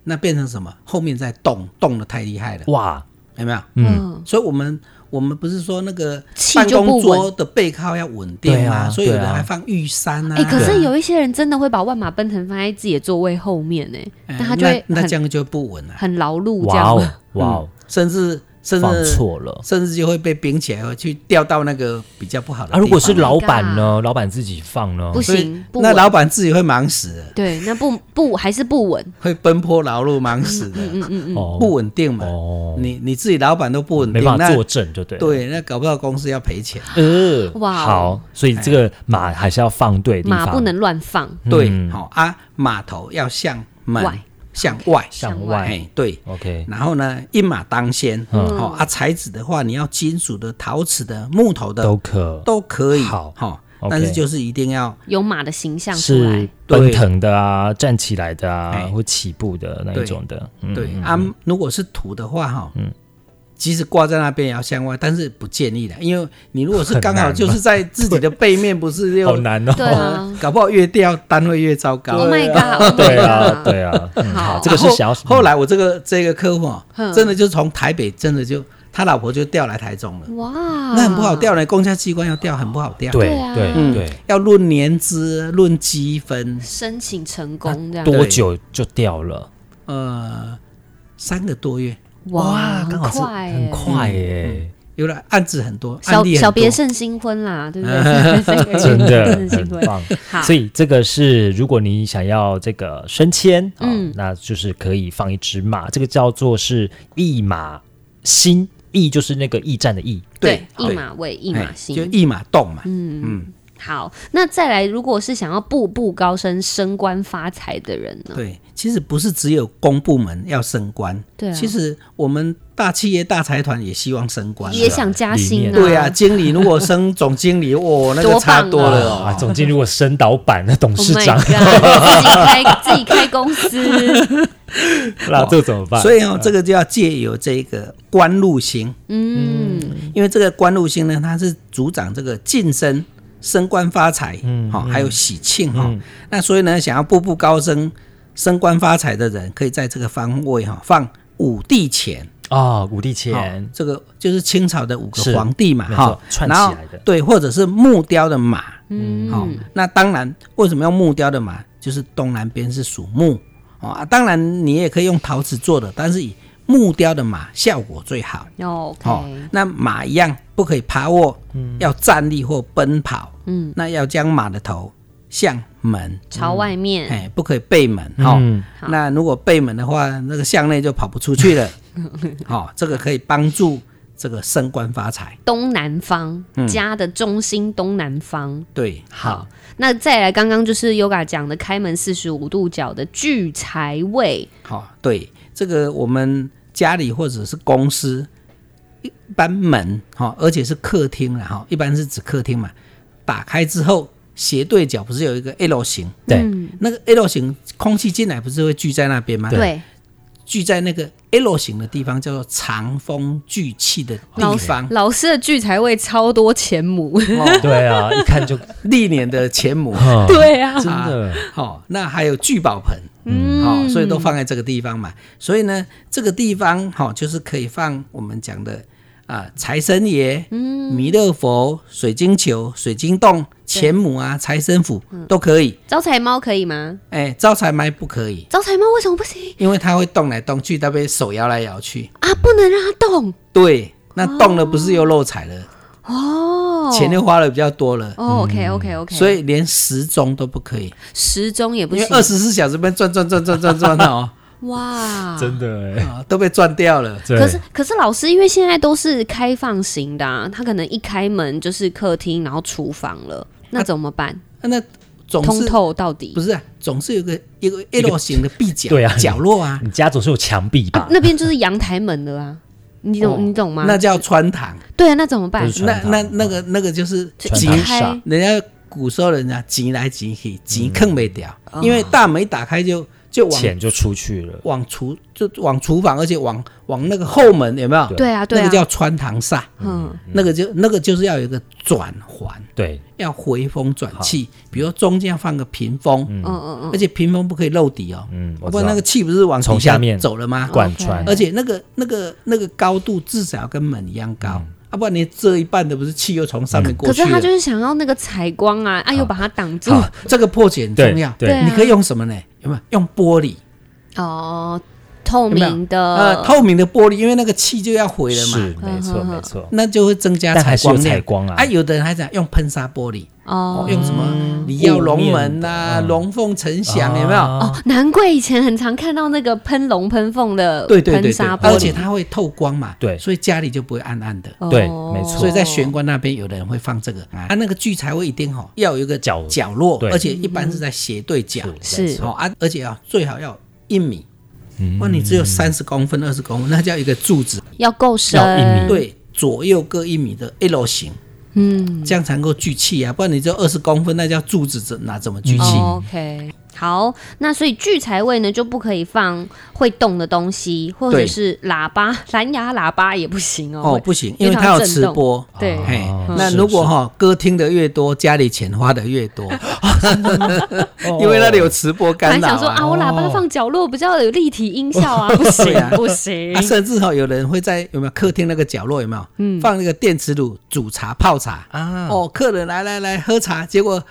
[SPEAKER 3] 那变成什么？后面再动，动的太厉害了，
[SPEAKER 1] 哇，
[SPEAKER 3] 有没有？
[SPEAKER 1] 嗯，
[SPEAKER 2] 嗯，
[SPEAKER 3] 所以我们我们不是说那个
[SPEAKER 2] 气
[SPEAKER 3] 办
[SPEAKER 2] 就不
[SPEAKER 3] 公
[SPEAKER 2] 稳
[SPEAKER 3] 桌的背靠要稳定
[SPEAKER 1] 对
[SPEAKER 3] 嘛，
[SPEAKER 1] 啊
[SPEAKER 3] 所以有
[SPEAKER 1] 对
[SPEAKER 3] 人
[SPEAKER 1] 啊
[SPEAKER 3] 还放玉山啊。
[SPEAKER 2] 哎，可
[SPEAKER 3] 对
[SPEAKER 2] 是
[SPEAKER 3] 啊
[SPEAKER 2] 有一些人真的会把万马奔腾放在自己的座位后面呢，
[SPEAKER 3] 哎
[SPEAKER 2] 但他就会
[SPEAKER 3] 那那这
[SPEAKER 2] 很
[SPEAKER 3] 样就不稳了，
[SPEAKER 2] 很劳碌这
[SPEAKER 1] 哇
[SPEAKER 2] 样。
[SPEAKER 1] 哦，哇哦，
[SPEAKER 3] 嗯甚至甚
[SPEAKER 1] 放
[SPEAKER 3] 至
[SPEAKER 1] 错了
[SPEAKER 3] 甚至就会被冰起来，去掉到那个比较不好的
[SPEAKER 1] 啊！
[SPEAKER 3] 地方。
[SPEAKER 1] 如果是
[SPEAKER 2] Oh my
[SPEAKER 1] 老板呢？老板自己放呢？
[SPEAKER 2] 不
[SPEAKER 3] 所以
[SPEAKER 2] 行，不
[SPEAKER 3] 那
[SPEAKER 2] 稳
[SPEAKER 3] 老板自己会忙死的，
[SPEAKER 2] 对，那不不还是不稳。
[SPEAKER 3] 会奔波劳碌忙死
[SPEAKER 2] 嗯
[SPEAKER 3] 的，
[SPEAKER 1] 哦
[SPEAKER 3] 不稳定嘛。
[SPEAKER 1] 哦，
[SPEAKER 3] 你你自己老板都不稳
[SPEAKER 1] 没
[SPEAKER 3] 定，
[SPEAKER 1] 办法
[SPEAKER 3] 那
[SPEAKER 1] 作证就对了。
[SPEAKER 3] 对，那搞不到公司要赔钱。
[SPEAKER 1] 呃，
[SPEAKER 2] 哇哦
[SPEAKER 1] 好，所以这个马还是要放对地方，
[SPEAKER 2] 马不能乱放，
[SPEAKER 3] 对，
[SPEAKER 1] 嗯
[SPEAKER 3] 好、啊，码头要向门
[SPEAKER 2] 外
[SPEAKER 3] 向外，
[SPEAKER 1] 向
[SPEAKER 2] 外
[SPEAKER 1] 外。嗯
[SPEAKER 3] 哎，对。
[SPEAKER 1] OK，
[SPEAKER 3] 然后呢，一马当先，好、啊，材质的话，你要金属的、陶瓷的、木头的
[SPEAKER 1] 都可
[SPEAKER 3] 都可以，
[SPEAKER 1] 好
[SPEAKER 3] 好、
[SPEAKER 1] OK
[SPEAKER 3] 但是就是一定要
[SPEAKER 2] 有马的形象出来
[SPEAKER 1] 是。奔腾的啊，站起来的啊
[SPEAKER 3] 哎，
[SPEAKER 1] 或起步的那一种的。嗯
[SPEAKER 3] 对、啊，如果是土的话，哈、即使挂在那边也要向外，但是不建议的，因为你如果是
[SPEAKER 1] 很
[SPEAKER 3] 刚好
[SPEAKER 1] 难
[SPEAKER 3] 就是在自己的背面，不是
[SPEAKER 1] 好
[SPEAKER 3] 又
[SPEAKER 1] 难哦。
[SPEAKER 2] 对啊
[SPEAKER 3] 搞不好越掉单位越糟糕。
[SPEAKER 2] ，Oh my god！
[SPEAKER 1] 对啊，对啊，嗯
[SPEAKER 2] 好
[SPEAKER 1] 好，这个是想要
[SPEAKER 3] 后后来我这个这个客户啊
[SPEAKER 2] 嗯，
[SPEAKER 3] 真的就从台北，真的就他老婆就调来台中了，
[SPEAKER 2] 哇，
[SPEAKER 3] 那很不好。调呢，公家机关要调很不好调，
[SPEAKER 1] 对
[SPEAKER 2] 对啊
[SPEAKER 1] 对
[SPEAKER 3] 嗯
[SPEAKER 1] 对，
[SPEAKER 3] 要论年资、论积分，
[SPEAKER 2] 申请成功这样，
[SPEAKER 1] 多久就掉了？
[SPEAKER 3] 呃，三个多月，
[SPEAKER 2] 哇，很
[SPEAKER 1] 刚好是
[SPEAKER 2] 快耶，
[SPEAKER 1] 很快耶，
[SPEAKER 3] 有了案子很多，案
[SPEAKER 2] 小
[SPEAKER 3] 例很多
[SPEAKER 2] 小别胜新婚啦，对不对？ 这
[SPEAKER 3] 嗯
[SPEAKER 2] 个
[SPEAKER 1] 真
[SPEAKER 2] 小别
[SPEAKER 1] 的
[SPEAKER 2] 胜新
[SPEAKER 1] 很
[SPEAKER 2] 婚。
[SPEAKER 1] 棒。
[SPEAKER 2] 好，
[SPEAKER 1] 所以这个是，如果你想要这个升迁啊、
[SPEAKER 2] 嗯
[SPEAKER 1] 那就是可以放一只马，这个叫做是驿马星，驿就是那个驿站的驿，
[SPEAKER 2] 对
[SPEAKER 3] 对，
[SPEAKER 2] 一
[SPEAKER 3] 对
[SPEAKER 2] 马位，一马
[SPEAKER 3] 哎就
[SPEAKER 2] 心。
[SPEAKER 3] 一马动嘛。
[SPEAKER 2] 好，那再来，如果是想要步步高升、升官发财的人呢？
[SPEAKER 3] 对，其实不是只有公部门要升官，
[SPEAKER 2] 对啊
[SPEAKER 3] 其实我们大企业、大财团也希望升官啊。
[SPEAKER 2] 也想加薪啊。
[SPEAKER 1] 理念
[SPEAKER 3] 对啊，，经理如果升总经 理，哦，那
[SPEAKER 2] 多
[SPEAKER 3] 个差
[SPEAKER 2] 棒
[SPEAKER 3] 多了
[SPEAKER 1] 啊，
[SPEAKER 3] 哦。
[SPEAKER 1] 总经理如果升导板，那董
[SPEAKER 2] Oh
[SPEAKER 1] 事
[SPEAKER 2] my
[SPEAKER 1] 长
[SPEAKER 2] god！，自己开 自己开公司，
[SPEAKER 1] 那这怎么办？
[SPEAKER 3] 所以哦，这个就要借由这个官禄星，
[SPEAKER 2] 嗯，
[SPEAKER 3] 因为这个官禄星呢，它是主掌这个晋升、升官发财，嗯，好、还有喜庆哈、那所以呢，想要步步高升、升官发财的人，可以在这个方位哈、放五帝钱。
[SPEAKER 1] 啊，五帝
[SPEAKER 3] 好
[SPEAKER 1] 钱，
[SPEAKER 3] 这个就是清朝的五个
[SPEAKER 1] 是
[SPEAKER 3] 皇帝嘛，
[SPEAKER 1] 没
[SPEAKER 3] 哈
[SPEAKER 1] 错，串
[SPEAKER 3] 然后
[SPEAKER 1] 起来的
[SPEAKER 3] 对，或者是木雕的马，
[SPEAKER 2] 嗯
[SPEAKER 3] 好、那当然，为什么用木雕的马？就是东南边是属木哦啊，当然你也可以用陶瓷做的，但是以木雕的马效果最好哦
[SPEAKER 2] OK，。
[SPEAKER 3] 那马一样不可以趴卧，
[SPEAKER 1] 嗯
[SPEAKER 3] 要站立或奔跑，
[SPEAKER 2] 嗯，
[SPEAKER 3] 那要将马的头向门，
[SPEAKER 2] 朝外面，
[SPEAKER 3] 哎，不可以背门哈。
[SPEAKER 1] 嗯
[SPEAKER 2] 好
[SPEAKER 3] 那如果背门的话，那个向内就跑不出去了。 好、这个可以帮助这个升官发财。
[SPEAKER 2] 东南方
[SPEAKER 3] 嗯
[SPEAKER 2] 家的中心东南方。
[SPEAKER 3] 对，
[SPEAKER 2] 好，那再来，刚刚就是 Yoga 讲的开门四十五度角的聚财位，
[SPEAKER 3] 好、对，这个我们家里或者是公司，一般门哈、哦，而且是客厅了哈、一般是指客厅嘛。打开之后，斜对角不是有一个 L 型？
[SPEAKER 1] 对，
[SPEAKER 2] 嗯
[SPEAKER 3] 那个 L 型空气进来不是会聚在那边吗？，
[SPEAKER 2] 对，
[SPEAKER 3] 聚在那个 L 型的地方叫做藏风聚气的
[SPEAKER 2] 老
[SPEAKER 3] 地方。
[SPEAKER 2] 老师的聚财位超多钱母，
[SPEAKER 3] 哦，
[SPEAKER 1] 对啊，一看就，
[SPEAKER 3] 历年的前母
[SPEAKER 1] 啊
[SPEAKER 2] 对啊，
[SPEAKER 1] 真的，
[SPEAKER 3] 哦，那还有聚宝盆，
[SPEAKER 2] 嗯，
[SPEAKER 3] 哦，所以都放在这个地方嘛。所以呢，这个地方哈、哦，就是可以放我们讲的啊、财神爷、
[SPEAKER 2] 嗯
[SPEAKER 3] 弥勒佛、水晶球、水晶洞、钱母啊、财神府
[SPEAKER 2] 嗯
[SPEAKER 3] 都可以。
[SPEAKER 2] 招财猫可以吗？
[SPEAKER 3] 哎，招财猫不可以，
[SPEAKER 2] 招财猫为什么不行
[SPEAKER 3] 因为它会动来动去，它被手摇来摇去。
[SPEAKER 2] 啊？不能让它动
[SPEAKER 3] 对，那动了不是又漏财了，
[SPEAKER 2] 哦。
[SPEAKER 3] 钱又花了比较多了。
[SPEAKER 2] 哦，OK OK OK，
[SPEAKER 3] 所以连时钟都不可以，
[SPEAKER 2] 时钟也不
[SPEAKER 3] 因为
[SPEAKER 2] 行，
[SPEAKER 3] 二十四小时被转转转转转转的哦，
[SPEAKER 2] 哇，
[SPEAKER 1] 真的哎，
[SPEAKER 3] 啊都被转掉了。
[SPEAKER 1] 对
[SPEAKER 2] 可是可是老师，因为现在都是开放型的、啊，他可能一开门就是客厅，然后厨房了，那怎么办？
[SPEAKER 3] 啊那总
[SPEAKER 2] 通
[SPEAKER 3] 是
[SPEAKER 2] 透到底
[SPEAKER 3] 不？是、啊，总是有个一个 L 型的壁角，
[SPEAKER 1] 对啊
[SPEAKER 3] 角落啊，
[SPEAKER 1] 你家总是有墙壁吧？
[SPEAKER 2] 啊那边就是阳台门了啊，你懂、
[SPEAKER 3] 哦
[SPEAKER 2] 你懂吗？
[SPEAKER 3] 那叫穿堂。
[SPEAKER 2] 对，啊那怎么办
[SPEAKER 1] 不？是
[SPEAKER 3] 那
[SPEAKER 1] 穿堂哦
[SPEAKER 3] 那那个那个就是
[SPEAKER 2] 就
[SPEAKER 1] 穿
[SPEAKER 3] 挤
[SPEAKER 2] 一
[SPEAKER 1] 堂，
[SPEAKER 2] 开
[SPEAKER 1] 煞，
[SPEAKER 3] 人家古时候人家挤来挤去，挤坑没掉，
[SPEAKER 2] 嗯
[SPEAKER 3] 因为大门一打开就就往
[SPEAKER 1] 钱就出去了，
[SPEAKER 3] 往厨就往厨房，而且往往那个后门有没有？
[SPEAKER 2] 对啊对啊
[SPEAKER 3] 那个叫穿堂煞，
[SPEAKER 2] 嗯，
[SPEAKER 3] 那个就那个就是要有一个转环，
[SPEAKER 1] 对，
[SPEAKER 3] 要回风转气，比如中间要放个屏风，
[SPEAKER 2] 嗯嗯嗯，
[SPEAKER 3] 而且屏风不可以漏底哦，
[SPEAKER 1] 嗯，我
[SPEAKER 3] 不
[SPEAKER 1] 知
[SPEAKER 3] 然那
[SPEAKER 1] 道
[SPEAKER 3] 个，气不是往底
[SPEAKER 1] 从下面
[SPEAKER 3] 走了吗？
[SPEAKER 1] 贯穿
[SPEAKER 2] 哦 OK
[SPEAKER 3] 而且那个那个那个高度至少要跟门一样高，
[SPEAKER 1] 嗯
[SPEAKER 3] 啊，不然你这一半的不是气又从上面过
[SPEAKER 2] 可
[SPEAKER 3] 去
[SPEAKER 2] 是
[SPEAKER 3] 了。
[SPEAKER 2] 他就是想要那个采光啊，啊又把它挡住
[SPEAKER 1] 好
[SPEAKER 3] 这个破解很重要，
[SPEAKER 1] 对对
[SPEAKER 2] 对啊
[SPEAKER 3] 你可以用什么呢？有没有用玻璃？
[SPEAKER 2] 哦，透
[SPEAKER 3] 有没有
[SPEAKER 2] 明的，
[SPEAKER 3] 呃，透明的玻璃，因为那个气就要回了
[SPEAKER 1] 是
[SPEAKER 3] 嘛，
[SPEAKER 1] 没错
[SPEAKER 2] 嗯
[SPEAKER 1] 没错，
[SPEAKER 3] 那就会增加
[SPEAKER 1] 但还
[SPEAKER 3] 采
[SPEAKER 1] 是有
[SPEAKER 3] 光
[SPEAKER 1] 采
[SPEAKER 3] 量。
[SPEAKER 1] 光啊
[SPEAKER 3] 啊，，有的人还讲用喷砂玻璃，
[SPEAKER 2] 哦
[SPEAKER 3] 哦，用什么李耀
[SPEAKER 1] 雾
[SPEAKER 3] 龙门呐、
[SPEAKER 1] 面的嗯
[SPEAKER 3] 龙凤呈祥，
[SPEAKER 1] 啊
[SPEAKER 3] 有没有？
[SPEAKER 2] 哦，难怪以前很常看到那个喷龙喷凤的
[SPEAKER 3] 对对
[SPEAKER 2] 喷
[SPEAKER 3] 对对
[SPEAKER 2] 砂，玻
[SPEAKER 3] 而且
[SPEAKER 2] 璃，
[SPEAKER 3] 它会透光嘛，
[SPEAKER 1] 对
[SPEAKER 3] 所以家里就不会暗暗的。
[SPEAKER 1] 对
[SPEAKER 2] 哦
[SPEAKER 1] 没错
[SPEAKER 3] 所以在玄关那边，有的人会放这个啊，啊那个聚财位一定哈、要有一个
[SPEAKER 1] 角
[SPEAKER 3] 角落，
[SPEAKER 1] 对
[SPEAKER 3] 而且一般是在斜对角，
[SPEAKER 2] 是嗯
[SPEAKER 1] 没错
[SPEAKER 3] 好、啊，而且啊最好要一米，哇，你只有三十公分、二十公分，那叫一个柱子，
[SPEAKER 2] 要够深，
[SPEAKER 1] 要一米
[SPEAKER 3] 对，左右各一米的 L 型，
[SPEAKER 2] 嗯。
[SPEAKER 3] 这样才能够聚气啊，不然你只有二十公分，那叫柱子怎哪怎么聚气？
[SPEAKER 2] 哦 OK，好，那所以聚财位呢就不可以放会动的东西，或者
[SPEAKER 3] 对
[SPEAKER 2] 是喇叭、蓝牙喇叭也不行哦。
[SPEAKER 3] 哦，
[SPEAKER 2] 会
[SPEAKER 3] 不行，因为它有磁波。
[SPEAKER 2] 对嗯
[SPEAKER 1] 哦
[SPEAKER 3] 嘿
[SPEAKER 1] 哦，
[SPEAKER 3] 那
[SPEAKER 1] 是
[SPEAKER 3] 如果
[SPEAKER 1] 是
[SPEAKER 3] 哈、歌听得越多，家里钱花的越多，
[SPEAKER 2] 哦
[SPEAKER 3] 因为那里有磁波
[SPEAKER 2] 本来
[SPEAKER 3] 干扰
[SPEAKER 2] 想说啊，我喇叭放角落比较有立体音效 啊，不
[SPEAKER 3] 对
[SPEAKER 2] 行
[SPEAKER 3] 啊
[SPEAKER 2] 不行
[SPEAKER 1] 嗯
[SPEAKER 3] 啊，。甚至哈、有人会在有没有客厅那个角落有没有，放那个电磁炉煮茶泡茶，
[SPEAKER 1] 啊，
[SPEAKER 3] 哦，客人来来来喝茶，结果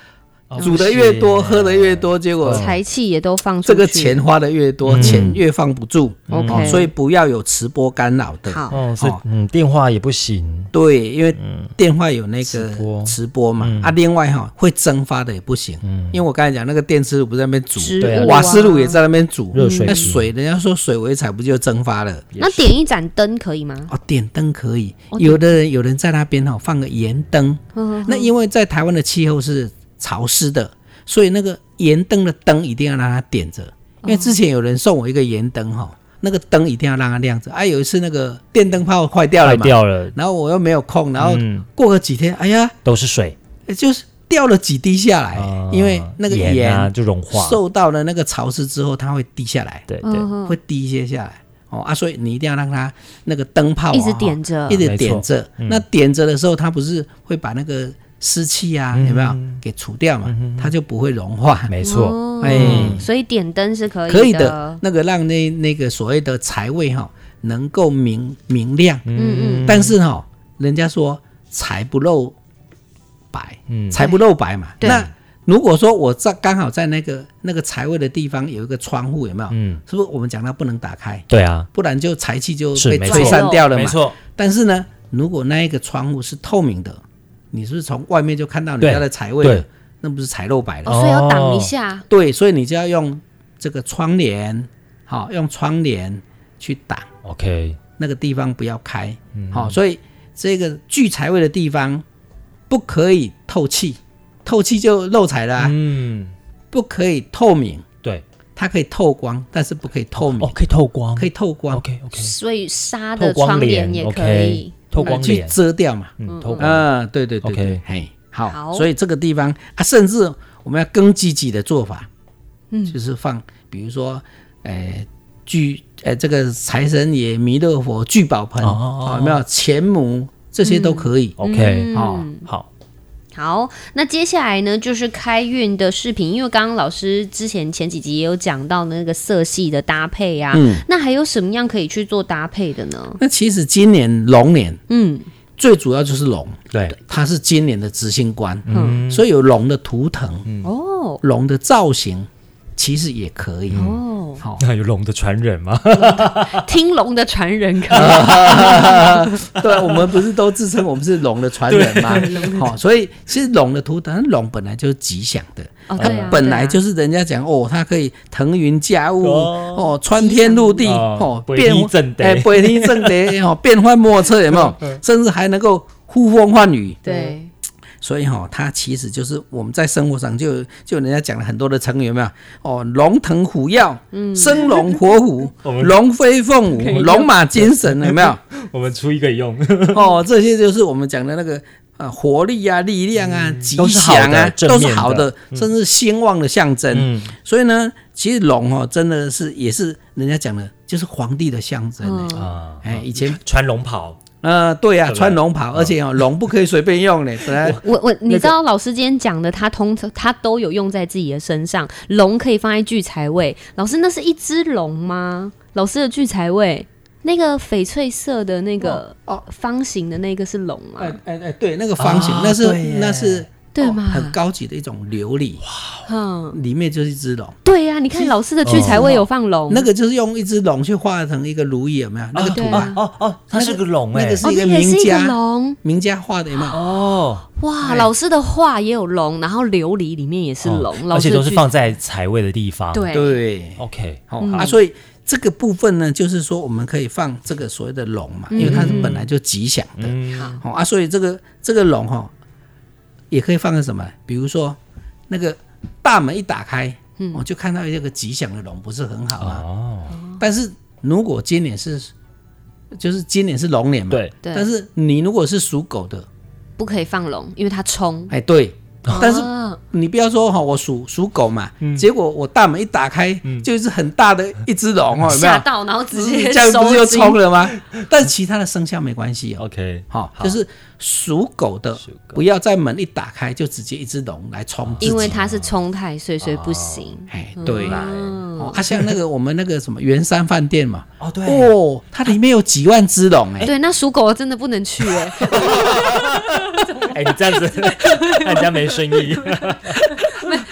[SPEAKER 1] 哦
[SPEAKER 3] 煮的越
[SPEAKER 1] 不
[SPEAKER 3] 多，
[SPEAKER 1] 是
[SPEAKER 3] 喝的越多，结果
[SPEAKER 1] 嗯
[SPEAKER 2] 财气也都放出
[SPEAKER 3] 啊这个
[SPEAKER 2] 去
[SPEAKER 3] 钱花的越多，
[SPEAKER 1] 嗯
[SPEAKER 3] 钱越放不住。
[SPEAKER 2] OK
[SPEAKER 3] 哦所以不要有磁波干扰的。
[SPEAKER 2] 好，
[SPEAKER 1] 哦，是
[SPEAKER 3] 哦
[SPEAKER 1] 嗯，电话也不行，
[SPEAKER 3] 对，因为电话有那
[SPEAKER 1] 嗯磁
[SPEAKER 3] 个
[SPEAKER 1] 波
[SPEAKER 3] 磁波嘛，
[SPEAKER 1] 嗯
[SPEAKER 3] 啊，另外哈、会蒸发的也不行，
[SPEAKER 1] 嗯
[SPEAKER 3] 因为我刚才讲那个电磁炉不在那边煮，
[SPEAKER 2] 植
[SPEAKER 1] 对啊
[SPEAKER 2] 物、啊、
[SPEAKER 3] 瓦斯炉也。在那边煮，
[SPEAKER 1] 热水
[SPEAKER 3] 那
[SPEAKER 1] 器
[SPEAKER 3] 水人家说水微采不就蒸发了？
[SPEAKER 1] 也
[SPEAKER 2] 那
[SPEAKER 1] 是
[SPEAKER 2] 点一盏灯可以吗？
[SPEAKER 3] 哦，点灯可以，
[SPEAKER 2] 哦
[SPEAKER 3] 有的人有人在那边哈、哦放个盐灯，
[SPEAKER 2] 嗯，
[SPEAKER 3] 哦那因为在台湾的气候是潮湿的，所以那个盐灯的灯一定要让它点着。
[SPEAKER 2] 哦
[SPEAKER 3] 因为之前有人送我一个盐灯哈，那个灯一定要让它亮着。啊，有一次那个电灯泡坏掉了
[SPEAKER 1] 坏
[SPEAKER 3] 嘛，
[SPEAKER 1] 掉了，
[SPEAKER 3] 然后我又没有空，然后
[SPEAKER 1] 嗯
[SPEAKER 3] 过个几天，哎呀，
[SPEAKER 1] 都是水，
[SPEAKER 3] 就是掉了几滴下来，
[SPEAKER 1] 啊
[SPEAKER 3] 因为那个
[SPEAKER 1] 盐啊
[SPEAKER 3] 盐
[SPEAKER 1] 就融化，
[SPEAKER 3] 受到了那个潮湿之后，它会滴下来，
[SPEAKER 1] 对对，
[SPEAKER 2] 嗯
[SPEAKER 3] 会滴一些下来。哦啊，所以你一定要让它那个灯泡啊
[SPEAKER 2] 一直点着
[SPEAKER 3] 一直
[SPEAKER 1] 没错
[SPEAKER 3] 点着。
[SPEAKER 1] 嗯
[SPEAKER 3] 那点着的时候，它不是会把那个湿气啊，
[SPEAKER 1] 嗯
[SPEAKER 3] 有没有给除掉嘛？它就不会融化。
[SPEAKER 1] 没错，
[SPEAKER 2] 哦
[SPEAKER 3] 哎
[SPEAKER 2] 所以点灯是可以
[SPEAKER 3] 可以的
[SPEAKER 2] 的，。
[SPEAKER 3] 那个让那那个所谓的财位哈、能够明明亮。
[SPEAKER 2] 嗯嗯，
[SPEAKER 3] 但是哈、人家说财不露白，
[SPEAKER 1] 嗯
[SPEAKER 3] 财不露白嘛。
[SPEAKER 2] 对
[SPEAKER 3] 那如果说我在刚好在那个那个财位的地方有一个窗户，有没有？
[SPEAKER 1] 嗯，
[SPEAKER 3] 是不是我们讲到不能打开？
[SPEAKER 1] 对啊，
[SPEAKER 3] 不然就财气就是被
[SPEAKER 1] 没
[SPEAKER 3] 吹
[SPEAKER 1] 错
[SPEAKER 3] 散掉了嘛。
[SPEAKER 1] 没错，
[SPEAKER 3] 但是呢，如果那一个窗户是透明的，你是不是从外面就看到你
[SPEAKER 1] 对
[SPEAKER 3] 家的财位了
[SPEAKER 1] 对？
[SPEAKER 3] 那不是财漏白了？
[SPEAKER 2] 哦，所以要挡一下。
[SPEAKER 3] 对，所以你就要用这个窗帘，好、用窗帘去挡
[SPEAKER 1] OK，嗯
[SPEAKER 3] 那个地方，不要开。好、所以这个聚财位的地方不可以透气，透气就漏财了啊、
[SPEAKER 1] 嗯，
[SPEAKER 3] 不可以透明，
[SPEAKER 1] 对，
[SPEAKER 3] 它可以透光，但是不可以透明，
[SPEAKER 1] 哦，可以透光，
[SPEAKER 3] 可以透光，
[SPEAKER 1] ，OK OK，
[SPEAKER 2] 所以纱
[SPEAKER 1] 透
[SPEAKER 2] 的
[SPEAKER 1] 光
[SPEAKER 2] 窗
[SPEAKER 1] 帘
[SPEAKER 2] 也可
[SPEAKER 1] OK，。
[SPEAKER 2] 以
[SPEAKER 1] 透光
[SPEAKER 3] 去
[SPEAKER 1] 帘，
[SPEAKER 3] 遮掉嘛。
[SPEAKER 1] 嗯，透光，
[SPEAKER 3] 嗯，对对对
[SPEAKER 1] OK
[SPEAKER 3] 对，嘿，好，
[SPEAKER 2] 好
[SPEAKER 3] 所以这个地方啊，甚至我们要更积极的做法，嗯，就是放，比如说，呃，聚，呃，这个财神爷、弥勒佛、聚宝盆，啊
[SPEAKER 1] 哦嗯哦哦
[SPEAKER 3] 有没有钱母这些都可以，
[SPEAKER 2] 嗯
[SPEAKER 1] OK，
[SPEAKER 3] 哦，
[SPEAKER 1] 好，
[SPEAKER 2] 好，那接下来呢就是开运的视频，因为刚刚老师之前前几集也有讲到那个色系的搭配啊，
[SPEAKER 3] 嗯
[SPEAKER 2] 那还有什么样可以去做搭配的呢？
[SPEAKER 3] 那其实今年龙年
[SPEAKER 2] 嗯，
[SPEAKER 3] 最主要就是龙，
[SPEAKER 1] 对，
[SPEAKER 3] 它是今年的执行官，
[SPEAKER 2] 嗯
[SPEAKER 3] 所以有龙的图腾、
[SPEAKER 2] 哦
[SPEAKER 3] 龙的造型，其实也可以。
[SPEAKER 2] 哦，
[SPEAKER 3] 好，
[SPEAKER 1] 那 有龙的传人吗？
[SPEAKER 2] 听龙的传人 可以，
[SPEAKER 3] 对，我们不是都自称我们是龙的传人吗？ 好、所以其实龙的图腾，龙本来就是吉祥的，呃
[SPEAKER 2] 哦对啊，
[SPEAKER 3] 本来就是是人家讲哦，它可以腾云驾雾，
[SPEAKER 1] 哦
[SPEAKER 3] 哦，穿天入地，
[SPEAKER 1] 哦
[SPEAKER 3] 哦，
[SPEAKER 1] 不
[SPEAKER 3] 变
[SPEAKER 1] 依正嗯德
[SPEAKER 3] 哎，不依正 德，哦，变幻莫测，有没有？甚至还能够呼风唤雨。
[SPEAKER 2] 对，
[SPEAKER 3] 所以哈、哦，它其实就是我们在生活上就就人家讲了很多的成语，有没有？哦，龙腾虎跃，生龙活虎
[SPEAKER 1] 嗯 我，们
[SPEAKER 3] 龙飞凤
[SPEAKER 1] 可以
[SPEAKER 3] 舞，
[SPEAKER 1] 用
[SPEAKER 3] 龙马精神，有没有？
[SPEAKER 1] 我们出一个用，
[SPEAKER 3] 哦，这些就是我们讲的那个呃活力啊、力量啊、吉
[SPEAKER 1] 嗯都是好的
[SPEAKER 3] 祥啊，
[SPEAKER 1] 正
[SPEAKER 3] 都是
[SPEAKER 1] 面
[SPEAKER 3] 好
[SPEAKER 1] 的
[SPEAKER 3] 的，甚至兴旺的象征。
[SPEAKER 1] 嗯，
[SPEAKER 3] 所以呢，其实龙哦，真的是也是人家讲的，就是皇帝的象征欸。
[SPEAKER 2] 嗯
[SPEAKER 1] 啊，
[SPEAKER 3] 哎，以前
[SPEAKER 1] 穿龙袍，
[SPEAKER 3] 呃，对啊，
[SPEAKER 1] 对不对
[SPEAKER 3] 穿龙袍，而且哦，龙不可以随便 用嘞，本来
[SPEAKER 2] 我我你
[SPEAKER 3] 那个
[SPEAKER 2] 知道老师今天讲的，他通常他都有用在自己的身上。龙可以放在聚财位，老师那是一只龙吗？老师的聚财位，那个翡翠色的那个
[SPEAKER 3] 哦
[SPEAKER 2] 方形的那个是龙吗？
[SPEAKER 3] 哎哎哎，对，那个方形
[SPEAKER 1] 啊，
[SPEAKER 3] 那是
[SPEAKER 1] 对耶
[SPEAKER 3] 那是
[SPEAKER 2] 对
[SPEAKER 3] 哦
[SPEAKER 2] 嘛
[SPEAKER 3] 很高级的一种琉璃，
[SPEAKER 2] 嗯，
[SPEAKER 3] 里面就是一只龙。
[SPEAKER 2] 对呀、你看老师的聚财位有放
[SPEAKER 1] 嗯
[SPEAKER 2] 龙，
[SPEAKER 3] 哦那个就是用一只龙去画成一个如意，有没有？那个
[SPEAKER 1] 哦
[SPEAKER 3] 图
[SPEAKER 2] 对啊
[SPEAKER 3] 案，
[SPEAKER 1] 哦哦，它是个龙
[SPEAKER 3] 那
[SPEAKER 1] 哎
[SPEAKER 3] 个，
[SPEAKER 2] 哦，
[SPEAKER 3] 是一个
[SPEAKER 2] 那也
[SPEAKER 3] 名
[SPEAKER 2] 是一个
[SPEAKER 3] 家
[SPEAKER 2] 龙。
[SPEAKER 3] 名家画的，有没有？
[SPEAKER 1] 哦，
[SPEAKER 2] 哇，老师的画也有龙，然后琉璃里面也是龙，
[SPEAKER 1] 哦
[SPEAKER 2] 老
[SPEAKER 1] 而
[SPEAKER 2] 师
[SPEAKER 1] 且
[SPEAKER 2] 的
[SPEAKER 1] 都是
[SPEAKER 2] 聚
[SPEAKER 1] 放啊在财位的地方，
[SPEAKER 2] 对
[SPEAKER 3] 对，
[SPEAKER 1] ，OK，
[SPEAKER 3] 哦、
[SPEAKER 2] 嗯
[SPEAKER 3] 啊，所以这个部分呢，就是说我们可以放这个所谓的龙嘛，
[SPEAKER 2] 嗯
[SPEAKER 3] 因为它是本来就吉祥的，
[SPEAKER 1] 嗯，
[SPEAKER 3] 哦啊，所以这个这个龙哈、哦，也可以放在什么？比如说那个大门一打开，嗯，我、就看到这个吉祥的龙，不是很好啊。
[SPEAKER 1] 哦，
[SPEAKER 3] 但是如果今年是，就是今年是龙年嘛，。
[SPEAKER 1] 对，嗯
[SPEAKER 2] 对，
[SPEAKER 3] 但是你如果是属狗的，
[SPEAKER 2] 不可以放龙，因为它冲。
[SPEAKER 3] 哎，对，但是
[SPEAKER 2] 啊
[SPEAKER 3] 你不要说哈、我属属狗嘛，
[SPEAKER 1] 嗯
[SPEAKER 3] 结果我大门一打开，就是很大的一只龙哦，有没
[SPEAKER 2] 吓
[SPEAKER 3] 有？
[SPEAKER 2] 到，然后直接
[SPEAKER 3] 这样不
[SPEAKER 2] 收
[SPEAKER 3] 是就
[SPEAKER 2] 金
[SPEAKER 3] 冲了 吗？但其他的生肖没关系哦。
[SPEAKER 1] OK，
[SPEAKER 3] 好，
[SPEAKER 1] 好
[SPEAKER 3] 就是属狗的，不要在门一打开就直接一只龙来
[SPEAKER 1] 哦
[SPEAKER 3] 冲自己。
[SPEAKER 2] 因为它是冲太岁，所以不行。
[SPEAKER 3] 哎，对啦，
[SPEAKER 2] 嗯
[SPEAKER 3] 哦，啊，像那个我们那个什么圆山饭店嘛，
[SPEAKER 1] 哦对，
[SPEAKER 3] 哦，它里面有几万只龙哎，
[SPEAKER 2] 对，那属狗的真的不能去 哎、
[SPEAKER 1] 哎，你这样子，人家没生意，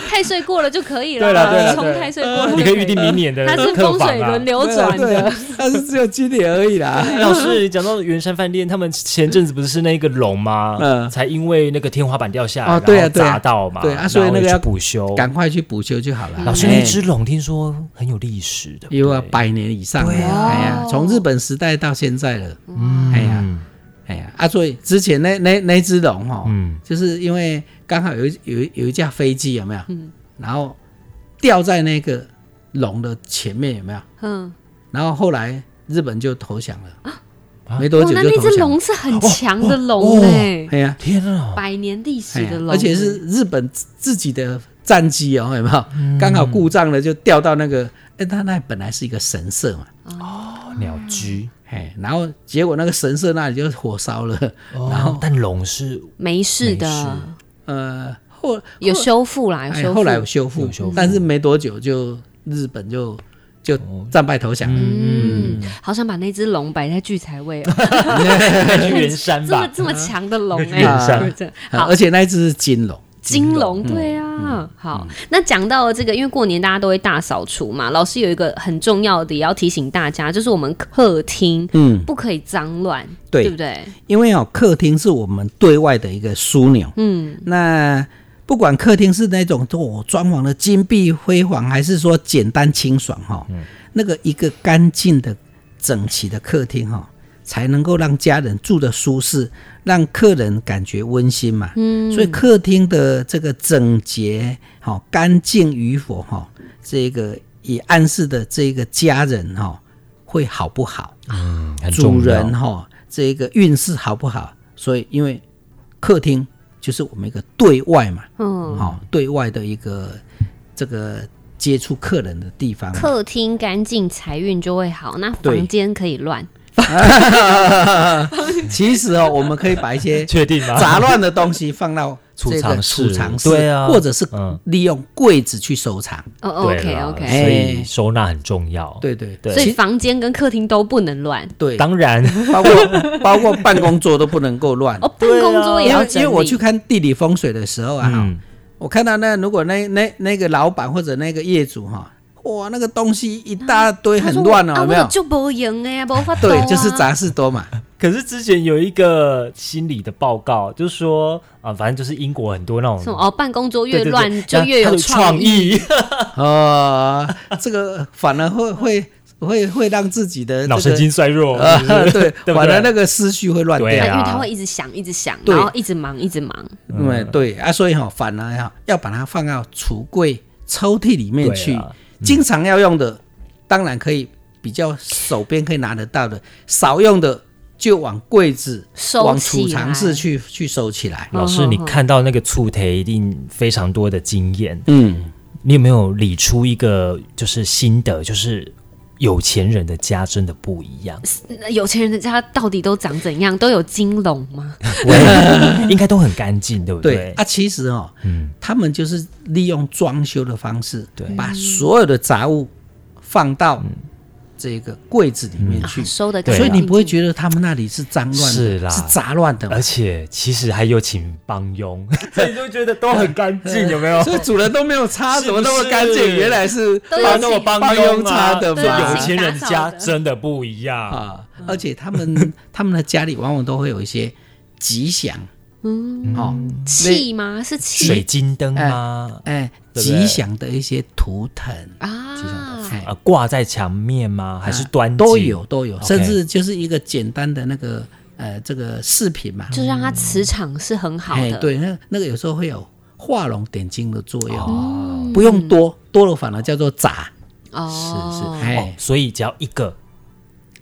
[SPEAKER 2] 太岁过了就可以了，
[SPEAKER 1] 对了对了
[SPEAKER 2] 冲
[SPEAKER 1] 对呃
[SPEAKER 2] 太岁过了就
[SPEAKER 1] 你可以预
[SPEAKER 2] 了
[SPEAKER 1] 定明年的
[SPEAKER 2] 它是
[SPEAKER 1] 客
[SPEAKER 2] 风
[SPEAKER 1] 房
[SPEAKER 2] 水
[SPEAKER 1] 啊哎
[SPEAKER 2] 轮流
[SPEAKER 3] 对啊
[SPEAKER 2] 转
[SPEAKER 3] 对
[SPEAKER 2] 的
[SPEAKER 3] 啊，但是只有今年而已 啦。
[SPEAKER 1] 老师讲到圆山饭店，他们前阵子不是那个龙吗？
[SPEAKER 3] 嗯
[SPEAKER 1] 才因为那个天花板掉下来，
[SPEAKER 3] 哦
[SPEAKER 1] 然后
[SPEAKER 3] 对啊对啊
[SPEAKER 1] 砸到嘛，
[SPEAKER 3] 对啊所以
[SPEAKER 1] 然后
[SPEAKER 3] 那个要
[SPEAKER 1] 去补修。
[SPEAKER 3] 赶快去补救就好了。
[SPEAKER 1] 老师，
[SPEAKER 3] 哎
[SPEAKER 1] 那只龙听说很有历史的，
[SPEAKER 3] 有啊，百年以上了，
[SPEAKER 1] 对
[SPEAKER 2] 啊
[SPEAKER 3] 哎呀，从日本时代到现在了，
[SPEAKER 1] 嗯
[SPEAKER 3] 哎呀，哎呀，啊，所以之前那那那只龙哈，
[SPEAKER 1] 嗯，
[SPEAKER 3] 就是因为刚好有一有一有一架飞机有没有？
[SPEAKER 2] 嗯
[SPEAKER 3] 然后掉在那个龙的前面有没有？
[SPEAKER 2] 嗯，
[SPEAKER 3] 然后后来日本就投降了，
[SPEAKER 1] 啊
[SPEAKER 3] 没多
[SPEAKER 2] 哇，
[SPEAKER 3] 久
[SPEAKER 2] 哦那
[SPEAKER 3] 就
[SPEAKER 2] 那
[SPEAKER 3] 投
[SPEAKER 2] 只
[SPEAKER 3] 降了。
[SPEAKER 2] 龙是很强的
[SPEAKER 1] 哦
[SPEAKER 2] 龙
[SPEAKER 1] 哦
[SPEAKER 2] 哎，
[SPEAKER 3] 哎呀，
[SPEAKER 1] 天啊，
[SPEAKER 2] 百年历史
[SPEAKER 3] 哎呀
[SPEAKER 2] 的龙，
[SPEAKER 3] 而且是日本自自己的战机哦，有没有？刚好故障了就掉到那个，哎，它那本来是一个神社嘛，
[SPEAKER 2] 嗯
[SPEAKER 1] 鸟居，
[SPEAKER 3] 哎，然后结果那个神社那里就火烧了，
[SPEAKER 1] 然后但龙 是
[SPEAKER 2] 没事
[SPEAKER 1] 没
[SPEAKER 2] 的
[SPEAKER 1] 事，
[SPEAKER 3] 呃，后
[SPEAKER 2] 有
[SPEAKER 3] 后
[SPEAKER 2] 修复啦，有
[SPEAKER 3] 哎
[SPEAKER 2] 修复。
[SPEAKER 3] 后来有修复
[SPEAKER 1] 有修，
[SPEAKER 3] 但是没多久就日本就就战败投降了。
[SPEAKER 2] 嗯，好想把那只龙摆在聚财 位哦，
[SPEAKER 1] 那是圆山
[SPEAKER 2] 这么
[SPEAKER 1] 吧？
[SPEAKER 2] 这么强的龙哎、
[SPEAKER 1] 远山
[SPEAKER 2] 对不对
[SPEAKER 3] 啊而且那一只是金龙，
[SPEAKER 2] 金龙，
[SPEAKER 3] 嗯
[SPEAKER 2] 对啊，好。那讲到了这个，因为过年大家都会大扫除嘛，老师有一个很重要的也要提醒大家，就是我们客厅
[SPEAKER 3] 嗯，
[SPEAKER 2] 不可以脏乱，
[SPEAKER 3] 对
[SPEAKER 2] 对不对？
[SPEAKER 3] 因为哦，客厅是我们对外的一个枢纽。
[SPEAKER 2] 嗯，
[SPEAKER 3] 那不管客厅是那种做装潢的金碧辉煌，还是说简单清爽哈、那个一个干净的、整齐的客厅哈、才能够让家人住的舒适，让客人感觉温馨嘛。嗯，所以客厅的这个整洁、好、干净与否哈、这个也暗示的这个家人哈、会好不好？
[SPEAKER 1] 嗯，很
[SPEAKER 3] 主
[SPEAKER 1] 重要
[SPEAKER 3] 人哈、这个运势好不好？所以因为客厅就是我们一个对外嘛，
[SPEAKER 2] 嗯，
[SPEAKER 3] 好、对外的一个这个接触客人的地方嘛。
[SPEAKER 2] 客厅干净，财运就会好。那
[SPEAKER 3] 对
[SPEAKER 2] 房间可以乱，
[SPEAKER 3] 其实哦，我们可以把 一些
[SPEAKER 1] 确定吗？
[SPEAKER 3] 杂乱的东西放到
[SPEAKER 1] 储
[SPEAKER 3] 这个
[SPEAKER 1] 藏室
[SPEAKER 3] 储藏室，
[SPEAKER 1] 对啊
[SPEAKER 3] 或者是
[SPEAKER 1] 嗯
[SPEAKER 3] 利用柜子去收藏。
[SPEAKER 2] 哦
[SPEAKER 1] 对
[SPEAKER 2] ，OK
[SPEAKER 1] 啦
[SPEAKER 2] OK。
[SPEAKER 3] 哎
[SPEAKER 1] 所以收纳很重要。，
[SPEAKER 3] 对对
[SPEAKER 1] 对
[SPEAKER 2] 所以
[SPEAKER 3] 其
[SPEAKER 2] 房间跟客厅都不能乱
[SPEAKER 3] 对，
[SPEAKER 1] 当然，
[SPEAKER 3] 包括 包括办公桌都不能够乱。
[SPEAKER 2] 哦，办公桌也
[SPEAKER 3] 因
[SPEAKER 2] 要
[SPEAKER 3] 为
[SPEAKER 2] 整
[SPEAKER 3] 啊因
[SPEAKER 2] 理。
[SPEAKER 3] 为我去看地理风水的时候啊，哈
[SPEAKER 1] 嗯，
[SPEAKER 3] 我看到那如果那那那个老板或者那个业主哈，哇，那个东西一大
[SPEAKER 2] 嗯
[SPEAKER 3] 堆很乱哦，有没有？
[SPEAKER 2] 啊就无用哎，无法
[SPEAKER 3] 对，就是杂事多 嘛。
[SPEAKER 1] 可是之前有一个心理的报告，就说啊，反正就是英国很多那
[SPEAKER 2] 什么
[SPEAKER 1] 种
[SPEAKER 2] 哦，办公桌
[SPEAKER 1] 对
[SPEAKER 2] 越
[SPEAKER 1] 对对
[SPEAKER 2] 乱就
[SPEAKER 1] 它
[SPEAKER 2] 越
[SPEAKER 1] 它
[SPEAKER 2] 有
[SPEAKER 1] 的创
[SPEAKER 3] 啊
[SPEAKER 2] 意。
[SPEAKER 1] 意，
[SPEAKER 3] 哦，这个反而会会会会让自己的这个
[SPEAKER 1] 脑神经衰弱。
[SPEAKER 3] 呃， 对，
[SPEAKER 1] 对
[SPEAKER 3] 反而那个思绪会乱掉。
[SPEAKER 1] 对
[SPEAKER 2] 对，
[SPEAKER 1] 啊
[SPEAKER 2] 因为他会一直想，一直想，
[SPEAKER 3] 对
[SPEAKER 2] 然后一直忙，一直忙。
[SPEAKER 1] 嗯
[SPEAKER 3] 对对啊，所以哈，反而哈要把它放到橱柜、抽屉里面
[SPEAKER 1] 对
[SPEAKER 3] 去
[SPEAKER 1] 啊，
[SPEAKER 3] 经常要用的，当然可以比较手边可以拿得到的，少用的就往柜子、
[SPEAKER 2] 收
[SPEAKER 3] 往
[SPEAKER 2] 起
[SPEAKER 3] 储藏
[SPEAKER 2] 来
[SPEAKER 3] 室去去收起来。
[SPEAKER 1] 老
[SPEAKER 2] 嗯
[SPEAKER 1] 师，你看到那个醋台一定非常多的经验，
[SPEAKER 3] 嗯。
[SPEAKER 1] 你有没有理出一个就是心得，就是有钱人的家真的不一 样？
[SPEAKER 2] 那有钱人的家到底都长怎样？都有金龙吗？
[SPEAKER 1] 喂应该都很干净，对不
[SPEAKER 3] 对
[SPEAKER 1] 对？
[SPEAKER 3] 啊，其实哦，
[SPEAKER 1] 嗯
[SPEAKER 3] 他们就是利用装修的方式，
[SPEAKER 1] 对嗯
[SPEAKER 3] 把所有的杂物放到这个柜子里面
[SPEAKER 2] 啊
[SPEAKER 3] 去，
[SPEAKER 2] 收的，
[SPEAKER 1] 对
[SPEAKER 3] 所以你不会觉
[SPEAKER 2] 得
[SPEAKER 3] 得他们那里是脏乱的，
[SPEAKER 1] 是啦
[SPEAKER 3] 杂乱的嘛
[SPEAKER 1] 而。且其实还有请帮佣，所以你就觉得都很干 净，有没有？
[SPEAKER 3] 所以主人都没有擦，
[SPEAKER 1] 是
[SPEAKER 3] 怎么那么干
[SPEAKER 1] 不是
[SPEAKER 3] 净？原来是
[SPEAKER 2] 都有请
[SPEAKER 3] 帮佣擦的
[SPEAKER 1] 这
[SPEAKER 2] 对啊
[SPEAKER 1] 啊有
[SPEAKER 3] 嘛
[SPEAKER 1] 钱人家真的不一样。
[SPEAKER 3] 啊！
[SPEAKER 2] 嗯
[SPEAKER 3] 而且 他们他们的家里往往都会有一些吉祥，嗯，哦，
[SPEAKER 2] 气吗？是气
[SPEAKER 1] 水晶灯啊，
[SPEAKER 3] 哎，
[SPEAKER 1] 对不对
[SPEAKER 3] 吉祥的一些图腾，
[SPEAKER 2] 啊？
[SPEAKER 3] 哎
[SPEAKER 1] 啊，挂在墙面吗？还是
[SPEAKER 3] 啊
[SPEAKER 1] 端
[SPEAKER 3] 都
[SPEAKER 1] 景
[SPEAKER 3] 有都有，
[SPEAKER 1] OK
[SPEAKER 3] 甚至就是一个简单的那个呃这个饰品嘛，
[SPEAKER 2] 就让它磁场是很好
[SPEAKER 3] 哎
[SPEAKER 2] 的。
[SPEAKER 3] 对，那那个有时候会有画龙点睛的作用，
[SPEAKER 1] 哦
[SPEAKER 3] 不用多，多了反而叫做杂，
[SPEAKER 2] 哦，
[SPEAKER 3] 哎
[SPEAKER 1] 哦，所以只要一个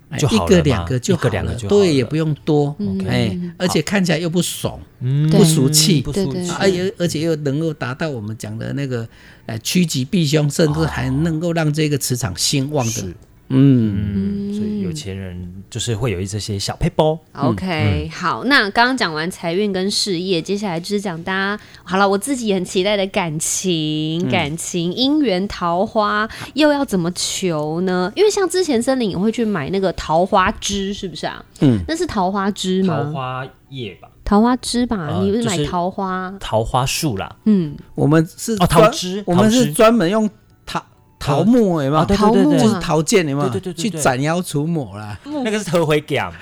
[SPEAKER 3] 哎
[SPEAKER 1] 就好了
[SPEAKER 3] 一个两个就
[SPEAKER 1] 一个
[SPEAKER 3] 好
[SPEAKER 1] 两个
[SPEAKER 3] 了，
[SPEAKER 1] 就好
[SPEAKER 3] 对，
[SPEAKER 1] 了嗯
[SPEAKER 3] 也不用多，
[SPEAKER 1] OK
[SPEAKER 3] 哎，而且看起来又不怂，
[SPEAKER 1] 嗯
[SPEAKER 2] 对
[SPEAKER 3] 不俗气哎
[SPEAKER 1] 不
[SPEAKER 2] 对
[SPEAKER 1] 俗
[SPEAKER 2] 对
[SPEAKER 1] 气
[SPEAKER 2] 对
[SPEAKER 3] 而且而且又能够达到我们讲的那个呃趋吉避凶，甚
[SPEAKER 1] 哦
[SPEAKER 3] 至还能够让这个磁场兴旺的，嗯，
[SPEAKER 1] 嗯，所以有钱人就是会有一这些小配包。
[SPEAKER 2] OK，、好，那刚刚讲完财运跟事业，接下来就是讲大家好了，我自己也很期待的感情、感情、姻缘、桃花又要怎么求呢？因为像之前森林也会去买那个桃花枝，是不是啊？
[SPEAKER 3] 嗯，
[SPEAKER 2] 那是桃花枝吗？
[SPEAKER 1] 花叶吧，
[SPEAKER 2] 桃花枝吧？
[SPEAKER 1] 呃
[SPEAKER 2] 你不是
[SPEAKER 1] 就
[SPEAKER 2] 买
[SPEAKER 1] 是
[SPEAKER 2] 桃花？
[SPEAKER 1] 桃花树啦，
[SPEAKER 2] 嗯，
[SPEAKER 3] 我们是
[SPEAKER 1] 哦，桃
[SPEAKER 3] 专
[SPEAKER 1] 枝，
[SPEAKER 3] 我们
[SPEAKER 1] 桃
[SPEAKER 3] 是
[SPEAKER 1] 枝
[SPEAKER 3] 专门用桃桃木有没有？
[SPEAKER 1] 啊对
[SPEAKER 2] 桃木
[SPEAKER 3] 就是
[SPEAKER 2] 啊，
[SPEAKER 3] 桃剑有没有？
[SPEAKER 1] 对对对对
[SPEAKER 3] 去
[SPEAKER 1] 对
[SPEAKER 3] 斩妖除魔啦。
[SPEAKER 1] 那个是头回讲，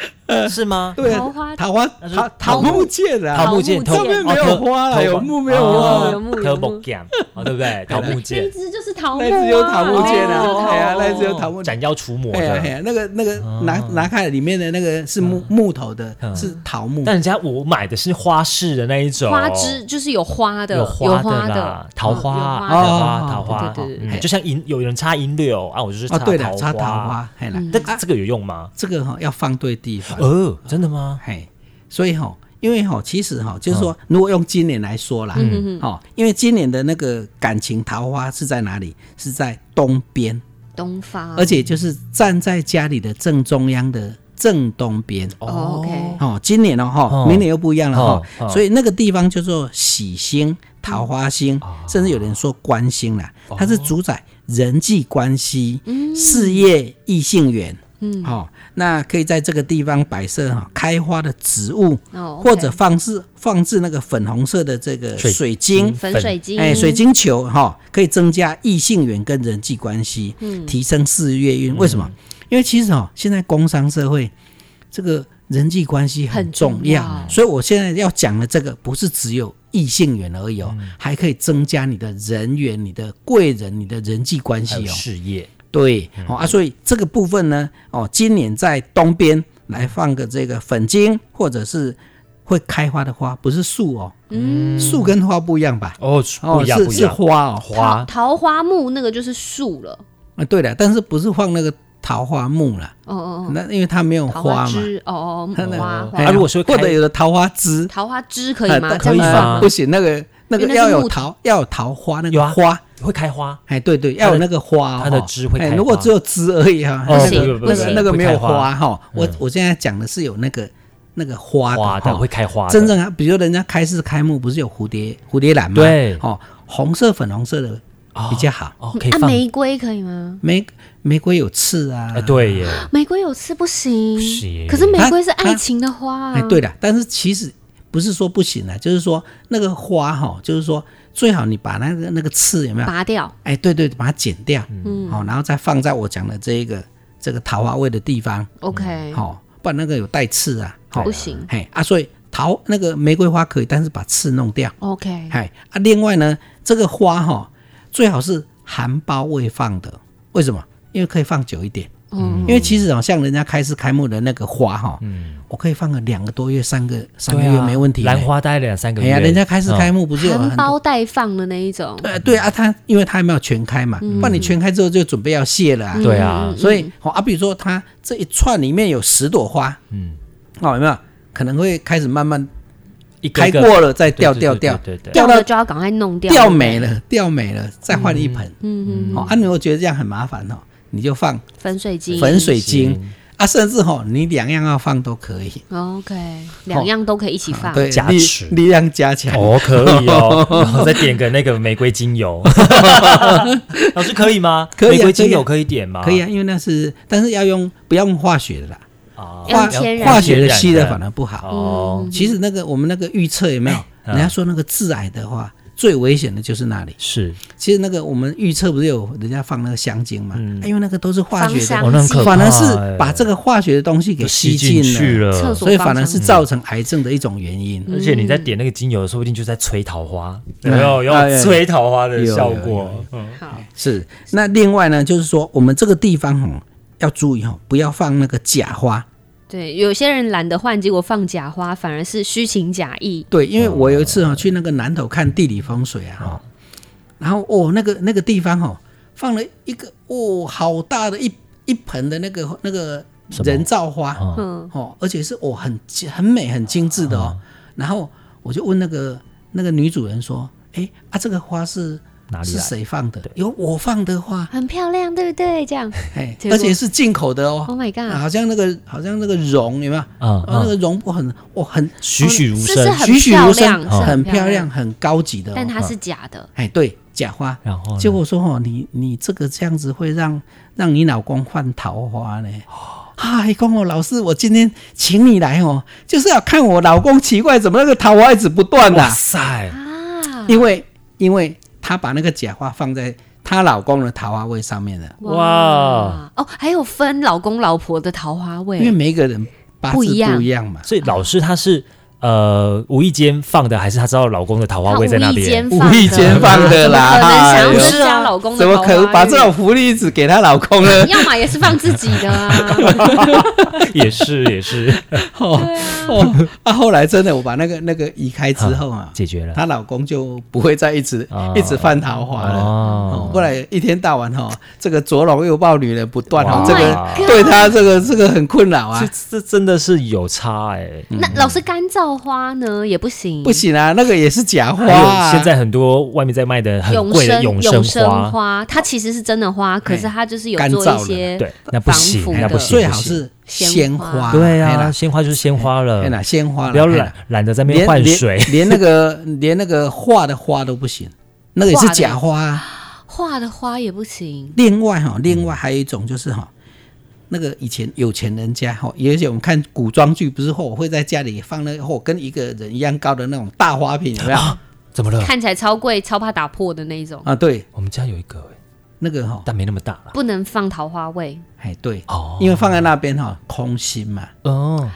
[SPEAKER 1] 是吗？
[SPEAKER 3] 对
[SPEAKER 2] 桃花
[SPEAKER 3] 啊，桃花
[SPEAKER 1] 那是
[SPEAKER 3] 桃
[SPEAKER 1] 桃
[SPEAKER 3] 桃
[SPEAKER 1] 木
[SPEAKER 3] 木剑啊啦
[SPEAKER 2] 桃。
[SPEAKER 1] 木
[SPEAKER 2] 木
[SPEAKER 1] 剑，
[SPEAKER 2] 剑
[SPEAKER 1] 头
[SPEAKER 2] 上面
[SPEAKER 3] 没有花啦有木没有
[SPEAKER 2] 花有木有
[SPEAKER 1] 头
[SPEAKER 2] 木
[SPEAKER 1] 木剑，哦对不对？桃木
[SPEAKER 2] 那一
[SPEAKER 1] 剑，
[SPEAKER 2] 只就是桃哦木、
[SPEAKER 3] 那
[SPEAKER 2] 啊，
[SPEAKER 3] 只有桃木剑
[SPEAKER 2] 那一只就是
[SPEAKER 3] 啊，
[SPEAKER 2] 桃
[SPEAKER 3] 哎呀，那只有桃木剑。
[SPEAKER 1] 斩妖除魔
[SPEAKER 3] 哎呀哎
[SPEAKER 1] 的。
[SPEAKER 3] 呀，那个那个拿拿开里面的那个是木木头的
[SPEAKER 1] 哦嗯，
[SPEAKER 3] 是桃木。
[SPEAKER 1] 但人家我买的是花式的那一种，
[SPEAKER 2] 花枝，就是有花的，
[SPEAKER 1] 哦有
[SPEAKER 2] 花
[SPEAKER 1] 的啦
[SPEAKER 2] 的，
[SPEAKER 1] 桃花
[SPEAKER 2] 嗯
[SPEAKER 1] 啊，
[SPEAKER 2] 有
[SPEAKER 3] 的
[SPEAKER 1] 桃花，
[SPEAKER 3] 哦
[SPEAKER 1] 桃花，
[SPEAKER 2] 对对对
[SPEAKER 1] 嗯
[SPEAKER 3] 对
[SPEAKER 1] 就像银，有人插银柳啊，我就是
[SPEAKER 3] 哦，对了，
[SPEAKER 1] 桃
[SPEAKER 3] 插桃花，嘿
[SPEAKER 2] 嗯
[SPEAKER 3] 啦，
[SPEAKER 1] 但
[SPEAKER 3] 啊
[SPEAKER 1] 这个有用吗？
[SPEAKER 3] 这个哈要放对地方。
[SPEAKER 1] 哦，真的吗？
[SPEAKER 3] 嘿，所以哈、因为哈、其实哈、就是说，如果用今年来说啦，
[SPEAKER 2] 嗯嗯嗯
[SPEAKER 3] 哦，因为今年的那个感情桃花是在哪里？是在东边，
[SPEAKER 2] 东方，
[SPEAKER 3] 而且就是站在家里的正中央的正东边。
[SPEAKER 2] 哦，OK
[SPEAKER 3] 哦，今年哦，哈、
[SPEAKER 1] 哦
[SPEAKER 3] 明年又不一样了哈、
[SPEAKER 1] 哦哦
[SPEAKER 3] 所以那个地方叫做喜星、桃花星，
[SPEAKER 1] 哦
[SPEAKER 3] 甚至有人说官星啦，它是主宰人际关系、事业、异性缘。嗯，好、那可以在这个地方摆设哈开花的植物，
[SPEAKER 2] 哦，OK
[SPEAKER 3] 或者放置放置那个粉红色的这个
[SPEAKER 1] 水
[SPEAKER 3] 水晶，
[SPEAKER 2] 粉水晶，
[SPEAKER 3] 哎，水晶球哈、可以增加异性缘跟人际关系，提升事业
[SPEAKER 1] 嗯
[SPEAKER 3] 运。为什么？因为其实哦，现在工商社会这个人际关系很
[SPEAKER 2] 很重
[SPEAKER 3] 重要，
[SPEAKER 2] 要
[SPEAKER 3] 所以我现在要讲的这个不是只有异性缘而已哦，
[SPEAKER 1] 嗯
[SPEAKER 3] 还可以增加你的人缘、你的贵人、你的人际关系
[SPEAKER 1] 还有
[SPEAKER 3] 哦。
[SPEAKER 1] 事嗯业，
[SPEAKER 3] 对，哦啊，所以这个部分呢，哦，今年在东边来放个这个粉晶，或者是会开花的花，不是树哦，嗯，树跟花不一样吧？
[SPEAKER 1] 哦，
[SPEAKER 3] 哦，
[SPEAKER 1] 不一样，
[SPEAKER 3] 是
[SPEAKER 1] 不一
[SPEAKER 3] 是
[SPEAKER 1] 样，
[SPEAKER 3] 花哦，
[SPEAKER 2] 桃
[SPEAKER 1] 花，
[SPEAKER 2] 桃花木那个就是树了，
[SPEAKER 3] 啊，对了，但是不是放那个桃花木啦？
[SPEAKER 2] 哦哦哦，
[SPEAKER 3] 那因为它没有
[SPEAKER 2] 桃花
[SPEAKER 3] 嘛，
[SPEAKER 2] 枝， 哦哦，
[SPEAKER 3] 那
[SPEAKER 2] 花
[SPEAKER 1] 哎
[SPEAKER 2] 花
[SPEAKER 1] 啊如果是开
[SPEAKER 3] 或者有的桃花枝，
[SPEAKER 2] 桃花枝可以吗？这样
[SPEAKER 3] 呃
[SPEAKER 1] 可以
[SPEAKER 2] 子啊
[SPEAKER 1] 吧
[SPEAKER 2] 算
[SPEAKER 3] 呃不行，那个那
[SPEAKER 2] 因
[SPEAKER 3] 个
[SPEAKER 2] 为那是
[SPEAKER 3] 要有
[SPEAKER 2] 木头
[SPEAKER 3] 桃要有桃花那
[SPEAKER 1] 有
[SPEAKER 3] 个
[SPEAKER 1] 啊
[SPEAKER 3] 花，
[SPEAKER 1] 会开花，
[SPEAKER 3] 哎，对对，
[SPEAKER 1] 它
[SPEAKER 3] 要有
[SPEAKER 1] 的
[SPEAKER 3] 那个花哦，
[SPEAKER 1] 它的枝会
[SPEAKER 3] 哎
[SPEAKER 1] 开
[SPEAKER 3] 如果
[SPEAKER 1] 花
[SPEAKER 3] 只有枝而已啊，
[SPEAKER 1] 哦
[SPEAKER 3] 那
[SPEAKER 2] 不行
[SPEAKER 3] 个
[SPEAKER 2] 不
[SPEAKER 3] 那
[SPEAKER 2] 行
[SPEAKER 3] 个那个没有
[SPEAKER 1] 会开花
[SPEAKER 3] 花哈。我
[SPEAKER 1] 嗯
[SPEAKER 3] 我现在讲的是有那个那个花
[SPEAKER 1] 花
[SPEAKER 3] 的
[SPEAKER 1] 的
[SPEAKER 3] 哈
[SPEAKER 1] 会开花的，
[SPEAKER 3] 真正啊，比如人家开市开幕不是有蝴蝶蝴蝶兰吗？
[SPEAKER 1] 对
[SPEAKER 3] 哦，红色粉红色的
[SPEAKER 1] 哦
[SPEAKER 3] 比较好。
[SPEAKER 1] 哦，可以
[SPEAKER 2] 啊，
[SPEAKER 1] 放，
[SPEAKER 2] 玫瑰可以吗？
[SPEAKER 3] 玫玫瑰有刺啊
[SPEAKER 1] 哎，，对耶，
[SPEAKER 2] 玫瑰有刺不行，
[SPEAKER 1] 不行
[SPEAKER 2] 可是玫瑰是
[SPEAKER 3] 它它
[SPEAKER 2] 爱情的花啊。
[SPEAKER 3] 哎，对了，但是其实不是说不行啊，就是说那个花哈、就是说最好你把那个那个刺有没有？
[SPEAKER 2] 拔掉，
[SPEAKER 3] 哎，对对，把它剪掉，嗯，好、然后再放在我讲的这一个这个桃花位的地方，
[SPEAKER 2] OK，
[SPEAKER 3] 好、不然那个有带刺啊，嗯好、
[SPEAKER 2] 不行
[SPEAKER 3] 嘿啊，所以桃那个玫瑰花可以，但是把刺弄掉，
[SPEAKER 2] ，OK，
[SPEAKER 3] 哎啊，另外呢，这个花哈、最好是含苞未放的，为什么？因为可以放久一点。
[SPEAKER 2] 嗯，
[SPEAKER 3] 因为其实好像人家开市开幕的那个花哈，我可以放个两个多月、三个三
[SPEAKER 1] 嗯
[SPEAKER 3] 个
[SPEAKER 1] 对
[SPEAKER 3] 月
[SPEAKER 1] 啊
[SPEAKER 3] 没问题呢。
[SPEAKER 1] 兰花待两三个
[SPEAKER 3] 哎
[SPEAKER 1] 月，
[SPEAKER 3] 呀，人家开市开
[SPEAKER 1] 嗯
[SPEAKER 3] 幕不是有
[SPEAKER 2] 含
[SPEAKER 3] 很多？
[SPEAKER 2] 苞待放的那一种，
[SPEAKER 3] 对对啊，它因为它还没有全开嘛，不然你全开之后就准备要谢了啊。
[SPEAKER 1] 对啊
[SPEAKER 2] 嗯
[SPEAKER 3] 所以哦啊，比如说它这一串里面有十朵花，
[SPEAKER 1] 嗯，
[SPEAKER 3] 哦，有没有可能会开始慢慢
[SPEAKER 1] 一个
[SPEAKER 3] 开
[SPEAKER 1] 一个
[SPEAKER 3] 过了再
[SPEAKER 1] 对
[SPEAKER 3] 掉
[SPEAKER 1] 对
[SPEAKER 3] 掉
[SPEAKER 1] 对
[SPEAKER 3] 掉
[SPEAKER 1] 对对对，
[SPEAKER 2] 掉
[SPEAKER 3] 掉到
[SPEAKER 2] 了就要赶快弄掉，
[SPEAKER 3] 掉没了，掉没了，再换一盆。
[SPEAKER 2] 嗯，嗯，
[SPEAKER 3] 哦，啊，你如果觉得这样很麻烦哦，你就放
[SPEAKER 2] 粉水晶，
[SPEAKER 3] 粉水晶
[SPEAKER 1] 晶
[SPEAKER 3] 啊，甚至哦，你两样要放都可以。
[SPEAKER 2] ，OK，两样都可以一起放，
[SPEAKER 3] 啊对，
[SPEAKER 1] 加
[SPEAKER 3] 力
[SPEAKER 1] 持
[SPEAKER 3] 力量加强。
[SPEAKER 1] 哦，可以 哦，然后再点个那个玫瑰精油，老师可以吗？
[SPEAKER 3] 可以啊
[SPEAKER 1] 玫瑰精
[SPEAKER 3] 可以
[SPEAKER 1] 油
[SPEAKER 3] 啊
[SPEAKER 1] 可以点吗？
[SPEAKER 3] 可以啊，因为那是，但是要用不要用化学的啦，
[SPEAKER 1] 啊，
[SPEAKER 2] 要
[SPEAKER 3] 化
[SPEAKER 2] 天然
[SPEAKER 3] 化学的吸
[SPEAKER 1] 天
[SPEAKER 3] 的
[SPEAKER 1] 然
[SPEAKER 3] 反而不
[SPEAKER 2] 嗯
[SPEAKER 3] 好。
[SPEAKER 1] 哦，
[SPEAKER 3] 其实那个我们那个预测有没有？
[SPEAKER 1] 嗯
[SPEAKER 3] 人家说那个致癌的话，最危险的就是那里。
[SPEAKER 1] 是
[SPEAKER 3] 其实那个我们预测不是有人家放那个香精嘛？因为那个都是化学
[SPEAKER 2] 芳
[SPEAKER 3] 的
[SPEAKER 2] 香，
[SPEAKER 1] 哦，那很可怕
[SPEAKER 3] 反
[SPEAKER 1] 欸，
[SPEAKER 3] 而是把这个化学的东西给
[SPEAKER 1] 就吸
[SPEAKER 3] 吸
[SPEAKER 1] 进去
[SPEAKER 3] 进了，
[SPEAKER 2] 厕
[SPEAKER 1] 了。
[SPEAKER 2] 所
[SPEAKER 3] 所以反而是造成癌症的一种原因。
[SPEAKER 1] 而且你在点那个精油，说不定就在催桃花，有
[SPEAKER 3] 嗯
[SPEAKER 1] 没有
[SPEAKER 3] 哎
[SPEAKER 1] 有
[SPEAKER 3] 哎
[SPEAKER 1] 催桃花的
[SPEAKER 3] 有
[SPEAKER 1] 效
[SPEAKER 3] 有
[SPEAKER 1] 果？嗯
[SPEAKER 2] 好，
[SPEAKER 3] 是，那另外呢，就是说我们这个地方哦，要注意哦，不要放那个假花。
[SPEAKER 2] 对，有些人懒得换，结果放假花反而是虚情假意，
[SPEAKER 3] 对，因为我有一次哦，去那个南头看地理风水啊，哦，然后哦，那个那个地方哦，放了一个哦，好大的一一盆的那个那个
[SPEAKER 1] 什么
[SPEAKER 3] 人造花
[SPEAKER 1] 哦
[SPEAKER 2] 嗯，
[SPEAKER 3] 哦，而且是哦很精很美很精致的哦，然后我就问那个那个女主人说，哎啊，这个花是
[SPEAKER 1] 哪里
[SPEAKER 3] 是
[SPEAKER 1] 来？
[SPEAKER 3] 谁放的？有我放的花，
[SPEAKER 2] 很漂亮，对不对？这样
[SPEAKER 1] 哦
[SPEAKER 3] 哎
[SPEAKER 2] 结，果
[SPEAKER 3] 而且是进口的哦，
[SPEAKER 2] ，Oh my
[SPEAKER 3] 啊
[SPEAKER 2] god，
[SPEAKER 3] 好像那个好像那个绒有没有？
[SPEAKER 1] 嗯
[SPEAKER 3] 哦，那
[SPEAKER 1] 嗯
[SPEAKER 3] 个绒布很哦很
[SPEAKER 1] 栩栩如
[SPEAKER 2] 是
[SPEAKER 1] 生，
[SPEAKER 2] 很
[SPEAKER 3] 栩栩
[SPEAKER 2] 漂
[SPEAKER 3] 如
[SPEAKER 2] 亮
[SPEAKER 3] 生，哦
[SPEAKER 2] 是很
[SPEAKER 3] 很
[SPEAKER 2] 漂
[SPEAKER 3] 漂
[SPEAKER 2] 亮
[SPEAKER 3] 亮，很高级的哦。
[SPEAKER 2] 但它是假的，
[SPEAKER 3] 哎，对，假花。
[SPEAKER 1] 然后呢
[SPEAKER 3] 哦结果说哦，你你这个这样子会让让你老公换桃花呢？啊，公哦，老师，我今天请你来哦，就是要看我老公奇怪，怎么那个桃花一直不断呐、
[SPEAKER 1] 哇塞，
[SPEAKER 2] 啊，
[SPEAKER 3] 因为因为她把那个假花放在她老公的桃花位上面了，
[SPEAKER 1] 哇
[SPEAKER 2] 哇哦，还有分老公老婆的桃花
[SPEAKER 3] 因为
[SPEAKER 2] 味，
[SPEAKER 3] 每一个人八字
[SPEAKER 2] 不
[SPEAKER 3] 不
[SPEAKER 2] 一样
[SPEAKER 3] 一样嘛，
[SPEAKER 1] 所以老师他是呃无意间放的，还是他知道老公的桃花
[SPEAKER 2] 他
[SPEAKER 1] 位在那
[SPEAKER 2] 无意
[SPEAKER 1] 边？
[SPEAKER 2] 间
[SPEAKER 3] 无意间放的啦
[SPEAKER 2] 怎么可能想要
[SPEAKER 3] 哎呦
[SPEAKER 2] 增加老公的
[SPEAKER 3] 怎
[SPEAKER 2] 桃
[SPEAKER 3] 么
[SPEAKER 2] 花
[SPEAKER 3] 可能把
[SPEAKER 2] 运
[SPEAKER 3] 这种福利只给她老公呢？
[SPEAKER 2] 要么也是放自己的啊，
[SPEAKER 1] 也是也是
[SPEAKER 3] 哦哦，啊，后来真的我把那个那个移开之后啊，
[SPEAKER 1] 解决了
[SPEAKER 3] 她老公就不会再一直、
[SPEAKER 1] 哦
[SPEAKER 3] 一直犯桃花了。哦
[SPEAKER 1] 哦，
[SPEAKER 3] 不然一天到晚哈、哦，这个左搂右抱女人不断
[SPEAKER 1] 哇，
[SPEAKER 3] 哦这
[SPEAKER 2] Oh
[SPEAKER 3] 个对她这个这个很困扰啊
[SPEAKER 1] 这，这真的是有差哎。
[SPEAKER 2] 那老师干燥花呢也不行，
[SPEAKER 3] 不。行啊，那个也是假花、
[SPEAKER 1] 还有
[SPEAKER 3] 啊。
[SPEAKER 1] 现在很多外面在卖的很
[SPEAKER 2] 永
[SPEAKER 1] 贵的
[SPEAKER 2] 生
[SPEAKER 1] 永
[SPEAKER 2] 生
[SPEAKER 1] 花，
[SPEAKER 2] 花，它其实是真的花，可是它就是有
[SPEAKER 3] 干
[SPEAKER 2] 做
[SPEAKER 3] 燥
[SPEAKER 2] 一
[SPEAKER 3] 了
[SPEAKER 2] 些
[SPEAKER 1] 对，那不行
[SPEAKER 2] 防腐，
[SPEAKER 1] 那
[SPEAKER 2] 的
[SPEAKER 1] 哎不行，
[SPEAKER 3] 哎最好
[SPEAKER 1] 不行
[SPEAKER 3] 是
[SPEAKER 2] 鲜花
[SPEAKER 3] 花，
[SPEAKER 1] 对
[SPEAKER 3] 嘿
[SPEAKER 1] 啊，
[SPEAKER 3] 啦，
[SPEAKER 1] 鲜花就是鲜花了
[SPEAKER 3] 哎哎，啦，鲜花啦，
[SPEAKER 1] 不要
[SPEAKER 3] 嘿啦
[SPEAKER 1] 懒懒得在那边换水。
[SPEAKER 3] 连连连那个连那个画的花都不行，那个也是假花、啊。
[SPEAKER 2] 画的花也不行。
[SPEAKER 3] 另外哈、另外还有一种就是哈、那个以前有钱人家哈、也许我们看古装剧，不是后会在家里放那个后跟一个人一样高的那种大花瓶，有没有？
[SPEAKER 1] 哦怎么了？
[SPEAKER 2] 看起来超贵、超怕打破的那一
[SPEAKER 1] 嗯
[SPEAKER 2] 种，
[SPEAKER 3] 啊，对，
[SPEAKER 1] 我们家有一个，哎
[SPEAKER 3] 那个哈、
[SPEAKER 1] 但没那么大了。
[SPEAKER 2] 不能放桃花味。
[SPEAKER 3] 哎对，
[SPEAKER 1] 哦
[SPEAKER 3] 因为放在那边哈、空心嘛，
[SPEAKER 1] 哦，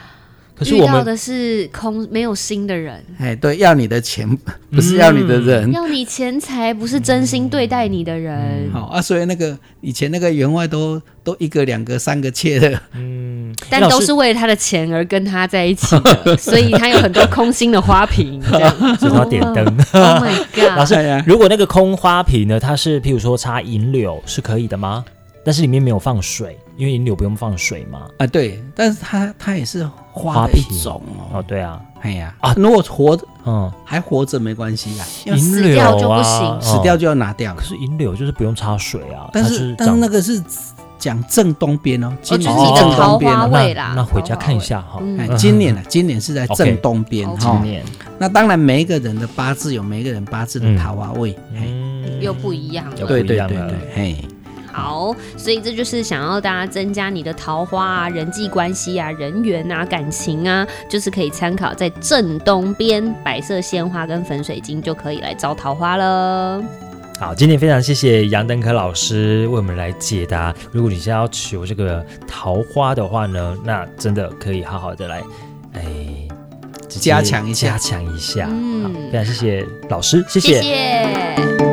[SPEAKER 1] 可是
[SPEAKER 2] 遇
[SPEAKER 1] 我
[SPEAKER 2] 到
[SPEAKER 1] 们
[SPEAKER 2] 的是空没有心的人，
[SPEAKER 3] 哎对，要你的钱不是要你的
[SPEAKER 1] 嗯
[SPEAKER 3] 人。
[SPEAKER 1] 哦
[SPEAKER 2] 要你钱财不是真心对待你的人，
[SPEAKER 3] 好、啊，所以那个以前那个员外都都一个两个三个妾的，
[SPEAKER 1] 嗯，
[SPEAKER 2] 但
[SPEAKER 1] 老
[SPEAKER 2] 都
[SPEAKER 1] 师
[SPEAKER 2] 是为了他的钱而跟他在一起 的，所以他有很多空心的花瓶。这样
[SPEAKER 1] 所以他点灯。
[SPEAKER 2] Oh my
[SPEAKER 1] 老
[SPEAKER 2] god！
[SPEAKER 1] 师
[SPEAKER 3] 哎呀，
[SPEAKER 1] 如果那个空花瓶呢，它是譬如说插银柳是可以的吗？但是里面没有放水，因为银柳不用放水嘛。
[SPEAKER 3] 啊，对，但是它它也是花
[SPEAKER 1] 花
[SPEAKER 3] 的一
[SPEAKER 1] 瓶
[SPEAKER 3] 种哦。
[SPEAKER 1] 哦，对啊，
[SPEAKER 3] 哎呀
[SPEAKER 1] 啊
[SPEAKER 3] 啊，如果活着
[SPEAKER 1] 嗯，
[SPEAKER 3] 还活着没关系啦，啊
[SPEAKER 2] 要
[SPEAKER 1] 银
[SPEAKER 2] 死
[SPEAKER 1] 柳
[SPEAKER 2] 掉就不
[SPEAKER 1] 啊
[SPEAKER 2] 行
[SPEAKER 3] 死掉。就要拿掉
[SPEAKER 1] 可。是银柳就是不用插水啊，
[SPEAKER 3] 但
[SPEAKER 1] 它
[SPEAKER 3] 是
[SPEAKER 1] 是
[SPEAKER 3] 但是
[SPEAKER 1] 长
[SPEAKER 3] 那个是讲正东边哦，今
[SPEAKER 2] 就是
[SPEAKER 3] 年
[SPEAKER 1] 你的
[SPEAKER 3] 正
[SPEAKER 2] 桃
[SPEAKER 3] 东边
[SPEAKER 2] 花
[SPEAKER 3] 哦。
[SPEAKER 1] 那
[SPEAKER 2] 味啦
[SPEAKER 1] 那回家看一下哈。
[SPEAKER 2] 嗯哦
[SPEAKER 3] 哎，今年呢，今年是在
[SPEAKER 1] OK
[SPEAKER 3] 正东边
[SPEAKER 2] OK
[SPEAKER 3] 哈。
[SPEAKER 1] 年，
[SPEAKER 3] 那当然，每一个人的八字有每一个人八字的桃花位，哎，
[SPEAKER 1] 嗯
[SPEAKER 2] 又不一样了
[SPEAKER 1] 又不
[SPEAKER 3] 对
[SPEAKER 1] 一
[SPEAKER 3] 对
[SPEAKER 1] 样啊
[SPEAKER 3] 对
[SPEAKER 1] 了。
[SPEAKER 3] 对，嘿，
[SPEAKER 2] 好，所以这就是想要大家增加你的桃花啊、人际关系啊、人缘啊、感情啊，就是可以参考在正东边白色鲜花跟粉水晶就可以来招桃花了。
[SPEAKER 1] 好，今天非常谢谢杨登科老师为我们来解答。如果你是要求这个桃花的话呢，那真的可以好好的来，哎，直接
[SPEAKER 3] 加强一下
[SPEAKER 1] 加强一下。
[SPEAKER 2] 嗯
[SPEAKER 1] 好，非常谢谢老师，谢
[SPEAKER 2] 谢